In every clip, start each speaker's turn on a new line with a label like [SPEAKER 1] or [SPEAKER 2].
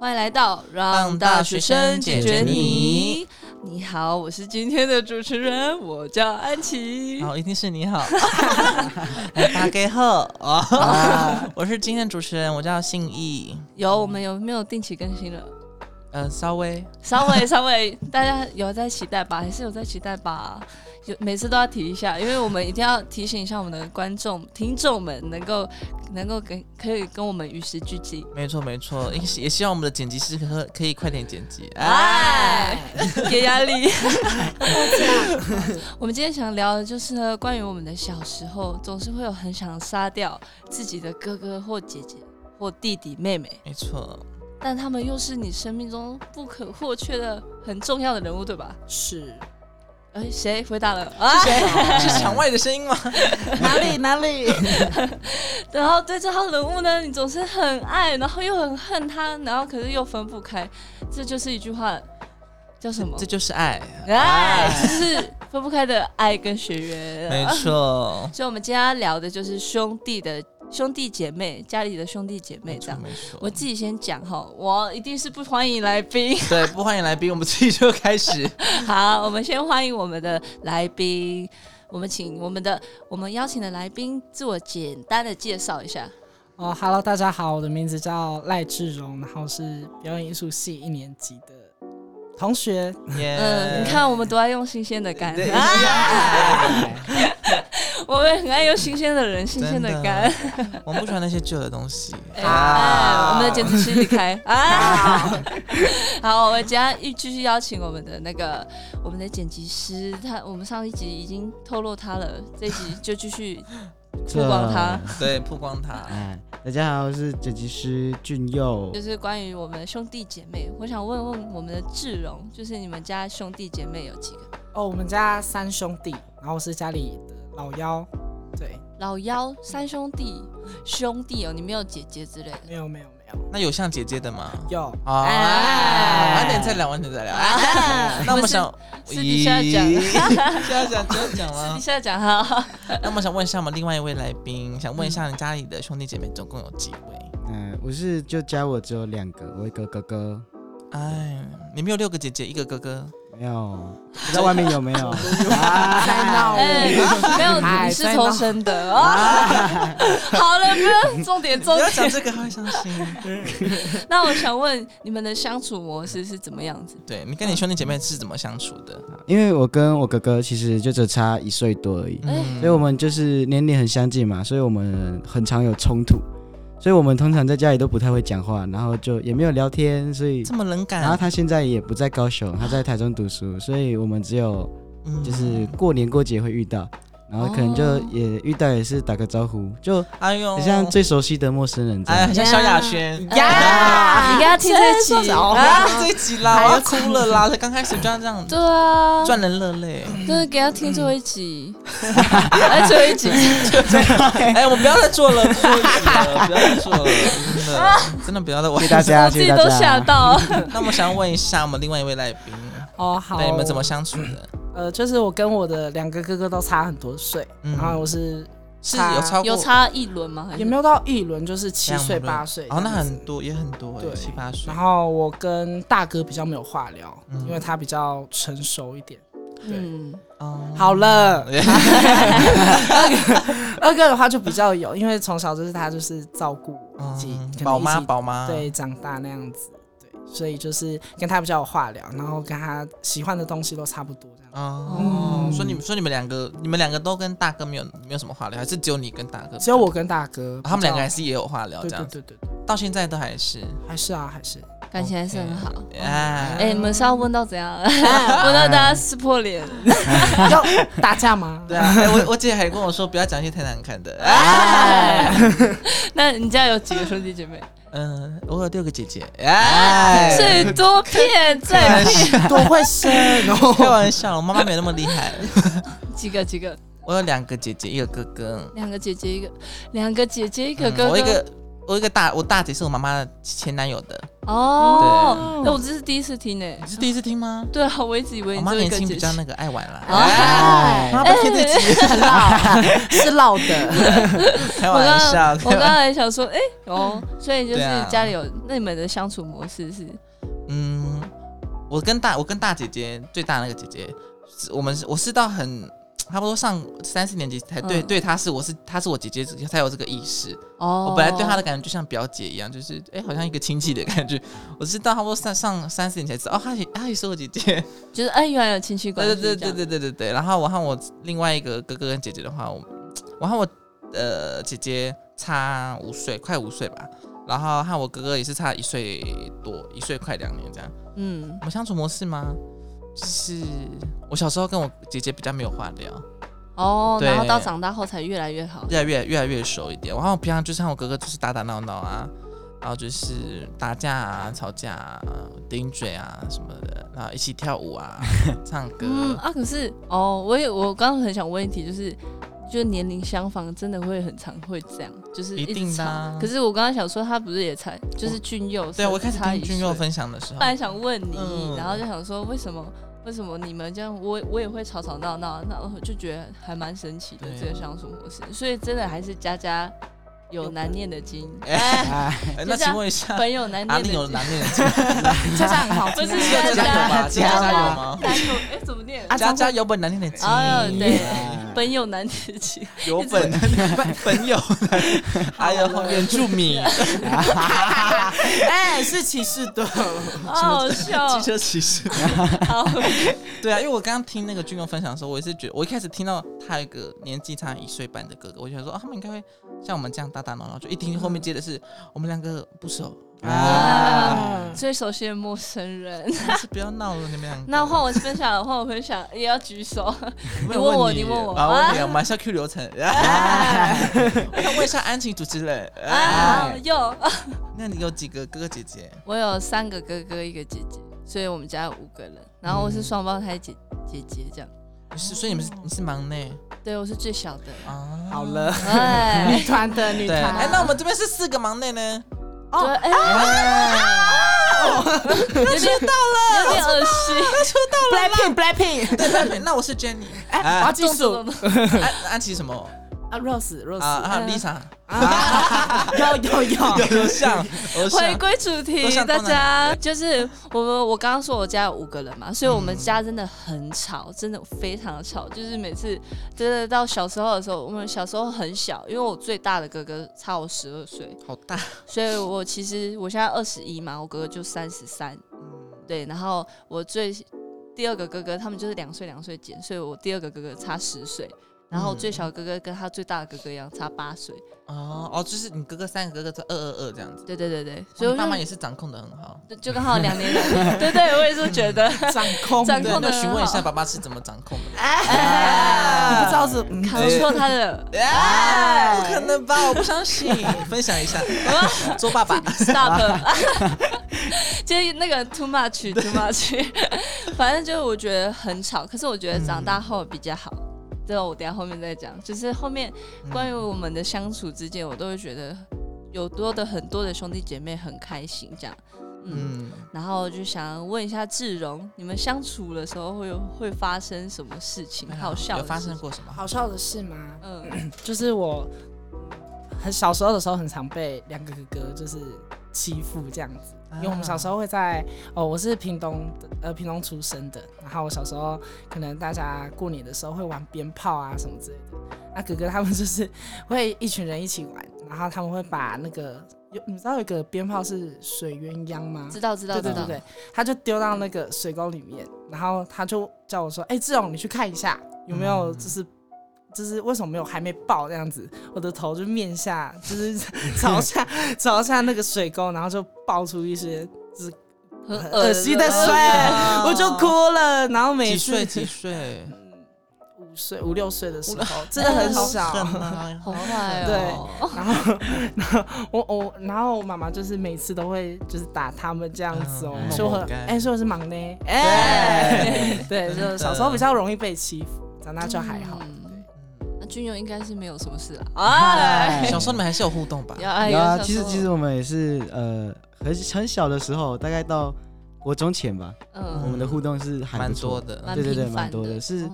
[SPEAKER 1] 欢迎来到让大学生解决你。你好，我是今天的主持人，我叫安琪。
[SPEAKER 2] 好，一定是 你好。哎大家好，
[SPEAKER 1] 啊
[SPEAKER 2] 哦 我是今天的主持人，我叫信义。
[SPEAKER 1] 有我们有没有定期更新 了？
[SPEAKER 2] 呃，稍微
[SPEAKER 1] 稍微稍微，大家有在期待吧？还是有在期待吧？有每次都要提一下，因为我们一定要提醒一下我们的观众、听众们能，够能够跟可以跟我们与时俱进。
[SPEAKER 2] 没错没错，也也希望我们的剪辑师可可以快点剪辑。
[SPEAKER 1] 哎，给压力。我们今天想聊的就是呢，关于我们的小时候，总是会有很想杀掉自己的哥哥或姐姐或弟弟妹妹，
[SPEAKER 2] 没错，
[SPEAKER 1] 但他们又是你生命中不可或缺的很重要的人物，对吧？
[SPEAKER 3] 是
[SPEAKER 1] 哎，谁回答了啊？
[SPEAKER 2] 是场外的 声音吗？
[SPEAKER 3] 哪里哪里？
[SPEAKER 1] 然后对这号人物呢，你总是很爱，然后又很恨他，然后可是又分不开，这就是一句话，叫什么
[SPEAKER 2] 这？就是爱，
[SPEAKER 1] 哎，就是分不开的爱跟血缘。
[SPEAKER 2] 没错，
[SPEAKER 1] 所以，我们今天要聊的就是兄弟的兄弟姐妹，家里的兄弟姐妹
[SPEAKER 2] 没
[SPEAKER 1] 这
[SPEAKER 2] 错
[SPEAKER 1] 样。
[SPEAKER 2] 没错。
[SPEAKER 1] 我自己先讲哈，我一定是不欢迎来宾。
[SPEAKER 2] 对不欢迎来宾，我们自己就开始。
[SPEAKER 1] 好，我们先欢迎我们的来宾，我们请我们的我们邀请的来宾自我简单的介绍一下。
[SPEAKER 3] 哦哈喽，大家好，我的名字叫赖志荣，然后是表演艺术系一年级的同学。
[SPEAKER 2] 耶
[SPEAKER 1] 嗯，你看我们多爱用新鲜的肝，啊
[SPEAKER 3] 哎
[SPEAKER 1] 我们很爱用新鲜的人，新鲜的肝。
[SPEAKER 2] 我们不喜欢那些旧的东西。
[SPEAKER 1] 哎哎，我们的剪辑师离开啊！ 好，我们今天继续邀请我们的那个我们的剪辑师，他我们上一集已经透露他了，这一集就继续曝光他，
[SPEAKER 2] 对，曝光它。
[SPEAKER 4] 哎，大家好，我是剪辑师俊佑
[SPEAKER 1] 就。是关于我们兄弟姐妹。我想问问我们的志荣，就是你们家兄弟姐妹有几个？
[SPEAKER 3] 哦，我们家三兄弟，然后我是家里的老幺。对，
[SPEAKER 1] 老幺三兄弟，兄弟哦，你没有姐姐之类的。
[SPEAKER 3] 没有没有没有，
[SPEAKER 2] 那有像姐姐的吗？
[SPEAKER 3] 有
[SPEAKER 2] 啊，
[SPEAKER 1] 哎
[SPEAKER 2] 晚点再聊，晚点再聊。
[SPEAKER 1] 啊
[SPEAKER 2] 哎 那我们想，
[SPEAKER 1] 私底下讲
[SPEAKER 2] 咦私底下讲，不要讲
[SPEAKER 1] 私底
[SPEAKER 2] 了。
[SPEAKER 1] 下讲哈，
[SPEAKER 2] 那我们想问一下我们另外一位来宾，想问一下你家里的兄弟姐妹总共有几位？
[SPEAKER 4] 嗯，我是就家我只有两个，我一个哥哥，
[SPEAKER 2] 哎，你们有六个姐姐，一个哥哥。
[SPEAKER 4] 没有，不知道外面有 没有？
[SPEAKER 3] 在闹
[SPEAKER 1] 哎，没有，
[SPEAKER 3] 哎
[SPEAKER 1] 你是
[SPEAKER 3] 在
[SPEAKER 1] 偷
[SPEAKER 3] 闹
[SPEAKER 1] 生的啊！ 好了，不要重点重
[SPEAKER 2] 不要
[SPEAKER 1] 点。
[SPEAKER 2] 讲这个，他会伤心。
[SPEAKER 1] 那我想问你们的相处模式是怎么样子？
[SPEAKER 2] 对你跟你兄弟姐妹是怎么相处的？
[SPEAKER 4] 因为我跟我哥哥其实就只差一岁多而已，
[SPEAKER 1] 嗯
[SPEAKER 2] 嗯
[SPEAKER 4] 所以我们就是年龄很相近嘛，所以我们很常有冲突，所以我们通常在家里都不太会讲话，然后就也没有聊天，所以
[SPEAKER 2] 这。么冷
[SPEAKER 4] 然后
[SPEAKER 2] 感，
[SPEAKER 4] 他现在也不在高雄，他在台中读书，所以我们只有
[SPEAKER 2] 嗯
[SPEAKER 4] 就是过年过节会遇到，然后可能就
[SPEAKER 1] 哦
[SPEAKER 4] 也遇到也是打个招呼，就
[SPEAKER 2] 哎呦，
[SPEAKER 4] 很像最熟悉的陌生人这
[SPEAKER 2] 哎，
[SPEAKER 4] 样。
[SPEAKER 2] 很像萧亚轩。
[SPEAKER 1] 呀，你跟他听这集啊？
[SPEAKER 2] 啊，这一集啦，我要哭了啦！才刚开始就要这样
[SPEAKER 1] 对啊，
[SPEAKER 2] 赚人热泪。
[SPEAKER 1] 就是给他听最后一集， 哎，最后一集，
[SPEAKER 2] 哎，我不要再做 了，不做了，不要再做了，真的，
[SPEAKER 3] 啊
[SPEAKER 2] 真的不要再玩
[SPEAKER 4] 谢谢。大家，
[SPEAKER 1] 我
[SPEAKER 4] 谢
[SPEAKER 1] 自己
[SPEAKER 4] 谢大
[SPEAKER 1] 都吓
[SPEAKER 4] 家。
[SPEAKER 1] 到。
[SPEAKER 2] 那我想问一下我们另外一位来宾，
[SPEAKER 3] 哦好，
[SPEAKER 2] 对你们怎么？相处的？
[SPEAKER 3] 呃，就是我跟我的两个哥哥都差很多岁，
[SPEAKER 2] 嗯
[SPEAKER 3] 然后我是
[SPEAKER 2] 是有超过
[SPEAKER 1] 有差一轮吗？还是
[SPEAKER 3] 也没有到一轮，就是七
[SPEAKER 2] 两
[SPEAKER 3] 岁
[SPEAKER 2] 轮
[SPEAKER 3] 八岁
[SPEAKER 2] 哦，
[SPEAKER 3] 这样子。
[SPEAKER 2] 那很多也很多欸，
[SPEAKER 3] 对
[SPEAKER 2] 七八岁
[SPEAKER 3] 然。后我跟大哥比较没有话聊，
[SPEAKER 2] 嗯
[SPEAKER 3] 因为他比较成熟一 点。
[SPEAKER 1] 嗯，
[SPEAKER 2] 哦
[SPEAKER 3] 好了，二哥的话就比较有，因为从小就是他就是照顾我，以及
[SPEAKER 2] 嗯
[SPEAKER 3] 可能
[SPEAKER 2] 宝
[SPEAKER 3] 一
[SPEAKER 2] 妈
[SPEAKER 3] 起
[SPEAKER 2] 宝妈，
[SPEAKER 3] 对长大那样子，对，所以就是跟他比较有话聊，然后跟他喜欢的东西都差不多这样。
[SPEAKER 2] 哦，
[SPEAKER 3] 嗯
[SPEAKER 2] 说你们说你们两个，你们两个都跟大哥没有没有什么话聊，还是只有你跟大哥？
[SPEAKER 3] 只有我跟大哥
[SPEAKER 2] 啊，
[SPEAKER 3] 比较，
[SPEAKER 2] 他们两个还是也有话聊，
[SPEAKER 3] 对
[SPEAKER 2] 这
[SPEAKER 3] 对
[SPEAKER 2] 样子，
[SPEAKER 3] 对对对，
[SPEAKER 2] 到现在都还是。
[SPEAKER 3] 还是 啊还是
[SPEAKER 1] 感情还是很好。
[SPEAKER 3] 哦
[SPEAKER 2] 哎，
[SPEAKER 1] 哎，你们是要问到怎样？ 问到大家撕破脸？
[SPEAKER 3] 要打架吗？
[SPEAKER 2] 对啊，哎我 我姐还跟我说不要讲一些太难看的。哎
[SPEAKER 1] 哎， 那你家有几个兄弟姐妹？
[SPEAKER 2] 嗯，我有六个姐姐。哎，
[SPEAKER 1] 最多骗最
[SPEAKER 3] 多会 生
[SPEAKER 2] 开
[SPEAKER 3] 哦，
[SPEAKER 2] 玩笑，我妈妈没有那么厉害。
[SPEAKER 1] 几个几个？
[SPEAKER 2] 我有两个姐姐，一个哥哥。
[SPEAKER 1] 两个姐姐一个，两个姐姐一个
[SPEAKER 2] 嗯
[SPEAKER 1] 哥哥。
[SPEAKER 2] 我一个我有一个大我大姐是我妈妈的前男友的，
[SPEAKER 1] 哦，哎，我这是第一次听欸诶
[SPEAKER 2] 你。是第一次听吗？
[SPEAKER 1] 对啊，我一直以为
[SPEAKER 2] 我
[SPEAKER 1] 你
[SPEAKER 2] 妈
[SPEAKER 1] 这
[SPEAKER 2] 年
[SPEAKER 1] 个
[SPEAKER 2] 轻
[SPEAKER 1] 姐
[SPEAKER 2] 比
[SPEAKER 1] 姐
[SPEAKER 2] 较。那个爱玩啦，
[SPEAKER 1] 哦
[SPEAKER 2] 哎妈不要 听这集，
[SPEAKER 5] 很老，是老 的，
[SPEAKER 2] 开
[SPEAKER 1] 我
[SPEAKER 2] 玩
[SPEAKER 1] 刚
[SPEAKER 2] 笑，
[SPEAKER 1] 我
[SPEAKER 2] 开
[SPEAKER 1] 刚
[SPEAKER 2] 玩
[SPEAKER 1] 才想说，哎，哦，所以就是
[SPEAKER 2] 对啊
[SPEAKER 1] 家里有那你们的相处模式是
[SPEAKER 2] 嗯，我跟大我跟大姐姐最大那个姐姐，是我们是我是到很差不多上三四年级才对、
[SPEAKER 1] 嗯
[SPEAKER 2] 对她是我是她是我姐姐才有这个意识，
[SPEAKER 1] 哦，
[SPEAKER 2] 我本来对她的感觉就像表姐一样，就是哎、好像一个亲戚的感觉，我是到差不多上上三四年级才知道哦她也她也是我姐姐，
[SPEAKER 1] 就是哎，原来有亲戚关
[SPEAKER 2] 对
[SPEAKER 1] 系，
[SPEAKER 2] 对对对对对对对，然后我和我另外一个哥哥跟姐姐的话，我我和我呃姐姐差五岁，快五岁吧。然后和我哥哥也是差一岁多，一岁快两年这样。
[SPEAKER 1] 嗯
[SPEAKER 2] 我们相处模式吗？就是我小时候跟我姐姐比较没有话聊，
[SPEAKER 1] 哦，
[SPEAKER 2] 对
[SPEAKER 1] 然后到长大后才越来越好。
[SPEAKER 2] 越来越越来越熟一点。然后平常就是和我哥哥就是打打闹闹啊，然后就是打架啊、吵架啊、顶嘴啊什么的，然后一起跳舞 啊、唱歌。
[SPEAKER 1] 嗯啊，可是哦，我也我刚刚很想问一题，就是就年龄相仿，真的会很常会这样，就是
[SPEAKER 2] 一
[SPEAKER 1] 直
[SPEAKER 2] 定的
[SPEAKER 1] 吵
[SPEAKER 2] 啊
[SPEAKER 1] 可是我刚刚想说，他不是也才就是俊佑，
[SPEAKER 2] 对啊，我一开始
[SPEAKER 1] 差
[SPEAKER 2] 听
[SPEAKER 1] 一哎
[SPEAKER 2] 君佑
[SPEAKER 1] 岁，
[SPEAKER 2] 分享的时候
[SPEAKER 1] 本，来想问你，
[SPEAKER 2] 嗯
[SPEAKER 1] 然后就想说为什么为什么你们这样，我我也会吵吵闹闹，那我就觉得还蛮神奇的
[SPEAKER 2] 对
[SPEAKER 1] 这个相处模式，所以真的还是家家有难念的 经，
[SPEAKER 2] 哎
[SPEAKER 4] 哎，
[SPEAKER 2] 哎
[SPEAKER 1] 就
[SPEAKER 2] 那
[SPEAKER 1] 这样
[SPEAKER 2] 请问一下，
[SPEAKER 1] 朋友难
[SPEAKER 2] 阿
[SPEAKER 1] 念的
[SPEAKER 2] 令有
[SPEAKER 1] 经，
[SPEAKER 2] 难念的经吗？
[SPEAKER 5] 这样很好
[SPEAKER 1] 不
[SPEAKER 5] 听
[SPEAKER 1] 是
[SPEAKER 5] 啊，
[SPEAKER 1] 这 样
[SPEAKER 2] 家有
[SPEAKER 5] 家
[SPEAKER 2] 吧？
[SPEAKER 5] 家
[SPEAKER 2] 家有 吗？
[SPEAKER 1] 难有哎怎么念？
[SPEAKER 5] 啊
[SPEAKER 2] 家家有本难念的经
[SPEAKER 1] 哎，呦对
[SPEAKER 4] 哎
[SPEAKER 1] 朋友难念的 经，
[SPEAKER 2] 有本 本有 难，还有原住民。
[SPEAKER 5] 哎，是歧视 的，
[SPEAKER 1] 好好笑哦。
[SPEAKER 2] 车骑士。
[SPEAKER 1] 好，
[SPEAKER 2] 对啊，因为我刚刚听那个军工分享的时候，我也是觉得，我一开始听到他有一个年纪差一岁半的哥哥，我就想说、啊、他们应该会像我们这样打打闹闹，就一听后面接的是、我们两个不熟，
[SPEAKER 3] 嗯
[SPEAKER 1] 啊 最熟悉的陌生人。
[SPEAKER 2] 还是不要闹了，你们两个。
[SPEAKER 1] 那换我分享，换我分享，也要举手。
[SPEAKER 2] 我
[SPEAKER 1] 你
[SPEAKER 2] 有
[SPEAKER 1] 问我
[SPEAKER 2] 你
[SPEAKER 1] 你问我
[SPEAKER 2] 啊，我问你
[SPEAKER 1] 啊
[SPEAKER 2] 我们还是要 Q 流程。 我想问一下安琪主持人，啊、
[SPEAKER 1] 啊，有，
[SPEAKER 2] 那你有几个哥哥姐姐？
[SPEAKER 1] 我有三个哥哥，一个姐姐，所以我们家有五个人。然后我是双胞胎姐姐姐这样，
[SPEAKER 2] 你是，所以你们是你是忙内
[SPEAKER 1] 对我是最小 的。
[SPEAKER 2] 啊？
[SPEAKER 5] 好了，
[SPEAKER 1] 哎
[SPEAKER 5] 女，团的女
[SPEAKER 2] 对，
[SPEAKER 5] 团
[SPEAKER 2] 哎、
[SPEAKER 5] 的，
[SPEAKER 2] 那我们这边是四个忙内呢。哦
[SPEAKER 1] 对，
[SPEAKER 2] 啊
[SPEAKER 1] 哎，有点到了，有点恶心。
[SPEAKER 5] Blackpink Blackpink，
[SPEAKER 2] 对对对，那我是 Jenny，
[SPEAKER 5] 哎，我要技术
[SPEAKER 1] 动
[SPEAKER 2] 安安琪什么
[SPEAKER 5] 啊，Rose
[SPEAKER 2] 啊
[SPEAKER 5] Rose，
[SPEAKER 2] 啊
[SPEAKER 1] 嗯
[SPEAKER 2] ？Lisa，
[SPEAKER 1] 啊
[SPEAKER 5] 有有有，
[SPEAKER 2] 有像，有
[SPEAKER 1] 回
[SPEAKER 2] 像，
[SPEAKER 1] 归主题
[SPEAKER 2] 都，像
[SPEAKER 1] 大
[SPEAKER 2] 东南
[SPEAKER 1] 家就是我们，我刚刚说我家有五个人嘛，所以我们家真的很吵，真的非常的吵，就是每次真的到小时候的时候，我们小时候很小，因为我最大的哥哥差我十二岁，
[SPEAKER 2] 好大，
[SPEAKER 1] 所以我其实我现在二十一嘛，我哥哥就三十三，对，然后我最第二个哥哥他们就是两岁两岁减，所以我第二个哥哥差十岁，然后我最小的哥哥跟他最大的哥哥一样差八岁，
[SPEAKER 2] 哦哦，就是你哥哥三个哥哥是二二二这样子，
[SPEAKER 1] 对对对对，所
[SPEAKER 2] 所
[SPEAKER 1] 以
[SPEAKER 2] 以
[SPEAKER 1] 我就
[SPEAKER 2] 哦爸妈也是掌控的很好。
[SPEAKER 1] 就就刚好两年了，对对，我也是觉 得。
[SPEAKER 5] 掌控
[SPEAKER 1] 掌
[SPEAKER 2] 对，
[SPEAKER 1] 控得
[SPEAKER 2] 那
[SPEAKER 1] 很
[SPEAKER 2] 询问一
[SPEAKER 1] 好
[SPEAKER 2] 下爸爸是怎么掌控 的？
[SPEAKER 3] 啊
[SPEAKER 5] 哎，你不知道是嗯
[SPEAKER 1] 扛错他的，
[SPEAKER 2] 哎，不可能吧？ 我不相信。分享一下，做爸爸
[SPEAKER 1] stop，就是那个 too much too much，反 正就是我觉得很吵，可是我觉得长大后比较好。这个我等一下后面再讲，就是后面 关于我们的相处之间，我都会觉得有多的很多的兄弟姐妹很开心这样，嗯，
[SPEAKER 2] 嗯，
[SPEAKER 1] 然后就想问一下志荣，你们相处的时候会有会发生什么事情？嗯好笑
[SPEAKER 2] 有
[SPEAKER 1] 的
[SPEAKER 2] 发
[SPEAKER 1] 事
[SPEAKER 2] 生
[SPEAKER 1] 情，
[SPEAKER 2] 过什么？
[SPEAKER 5] 好笑的事吗？
[SPEAKER 1] 嗯，
[SPEAKER 3] 就是我很小时候的时候，很常被两个哥哥就是欺负这样子。因为我们小时候会
[SPEAKER 2] 啊
[SPEAKER 3] 在哦，我是屏东的呃屏东出生的，然后我小时候可能大家过年的时候会玩鞭炮啊什么之类的，那哥哥他们就是会一群人一起玩，然后他们会把那个有你知道有一个鞭炮是水鸳鸯吗？
[SPEAKER 1] 知道知道
[SPEAKER 3] 对
[SPEAKER 1] 知
[SPEAKER 3] 对
[SPEAKER 1] 道嗯
[SPEAKER 3] 对，对，他就丢到那个水沟里面，然后他就叫我说：“哎、志勇，你去看一下有没
[SPEAKER 1] 嗯
[SPEAKER 3] 有，就是、就是为什么没有还没爆这样子？”我的头就面下， 就是朝下 朝下那个水沟，然后就爆出一些
[SPEAKER 1] 很
[SPEAKER 3] 很恶心的水， 我就哭了。然后每
[SPEAKER 2] 啊几
[SPEAKER 3] 次
[SPEAKER 2] 岁？几岁？
[SPEAKER 3] 五岁五六岁的时候，真的很
[SPEAKER 1] 好
[SPEAKER 3] 小。
[SPEAKER 2] 狠啊
[SPEAKER 1] 好坏 哦，
[SPEAKER 3] 对 然后， 然后我我，然后我妈妈就是每次都会就是打他们这样子哦，
[SPEAKER 2] 嗯
[SPEAKER 3] 所以我
[SPEAKER 2] 活该
[SPEAKER 3] 很哎，所以我是忙呢，
[SPEAKER 2] 对
[SPEAKER 3] 哎，对，
[SPEAKER 2] 真
[SPEAKER 3] 就
[SPEAKER 2] 的
[SPEAKER 3] 小时候比较容易被欺负，长大就还好。
[SPEAKER 1] 嗯
[SPEAKER 2] 嗯
[SPEAKER 1] 那军友应该是没有什么事啊。哎，
[SPEAKER 2] 小时候你们还是有互动吧？
[SPEAKER 1] 有啊
[SPEAKER 4] 有啊，
[SPEAKER 1] 小
[SPEAKER 4] 其
[SPEAKER 1] 时
[SPEAKER 4] 实
[SPEAKER 1] 候
[SPEAKER 4] 其实我们也是呃很很小的时候，大概到国中前吧，我
[SPEAKER 1] 嗯，
[SPEAKER 4] 们的互动是还
[SPEAKER 2] 蛮
[SPEAKER 4] 不错
[SPEAKER 2] 多，的，
[SPEAKER 1] 蛮
[SPEAKER 4] 对对对
[SPEAKER 1] 频
[SPEAKER 4] 蛮
[SPEAKER 1] 繁
[SPEAKER 4] 多的是
[SPEAKER 1] 嗯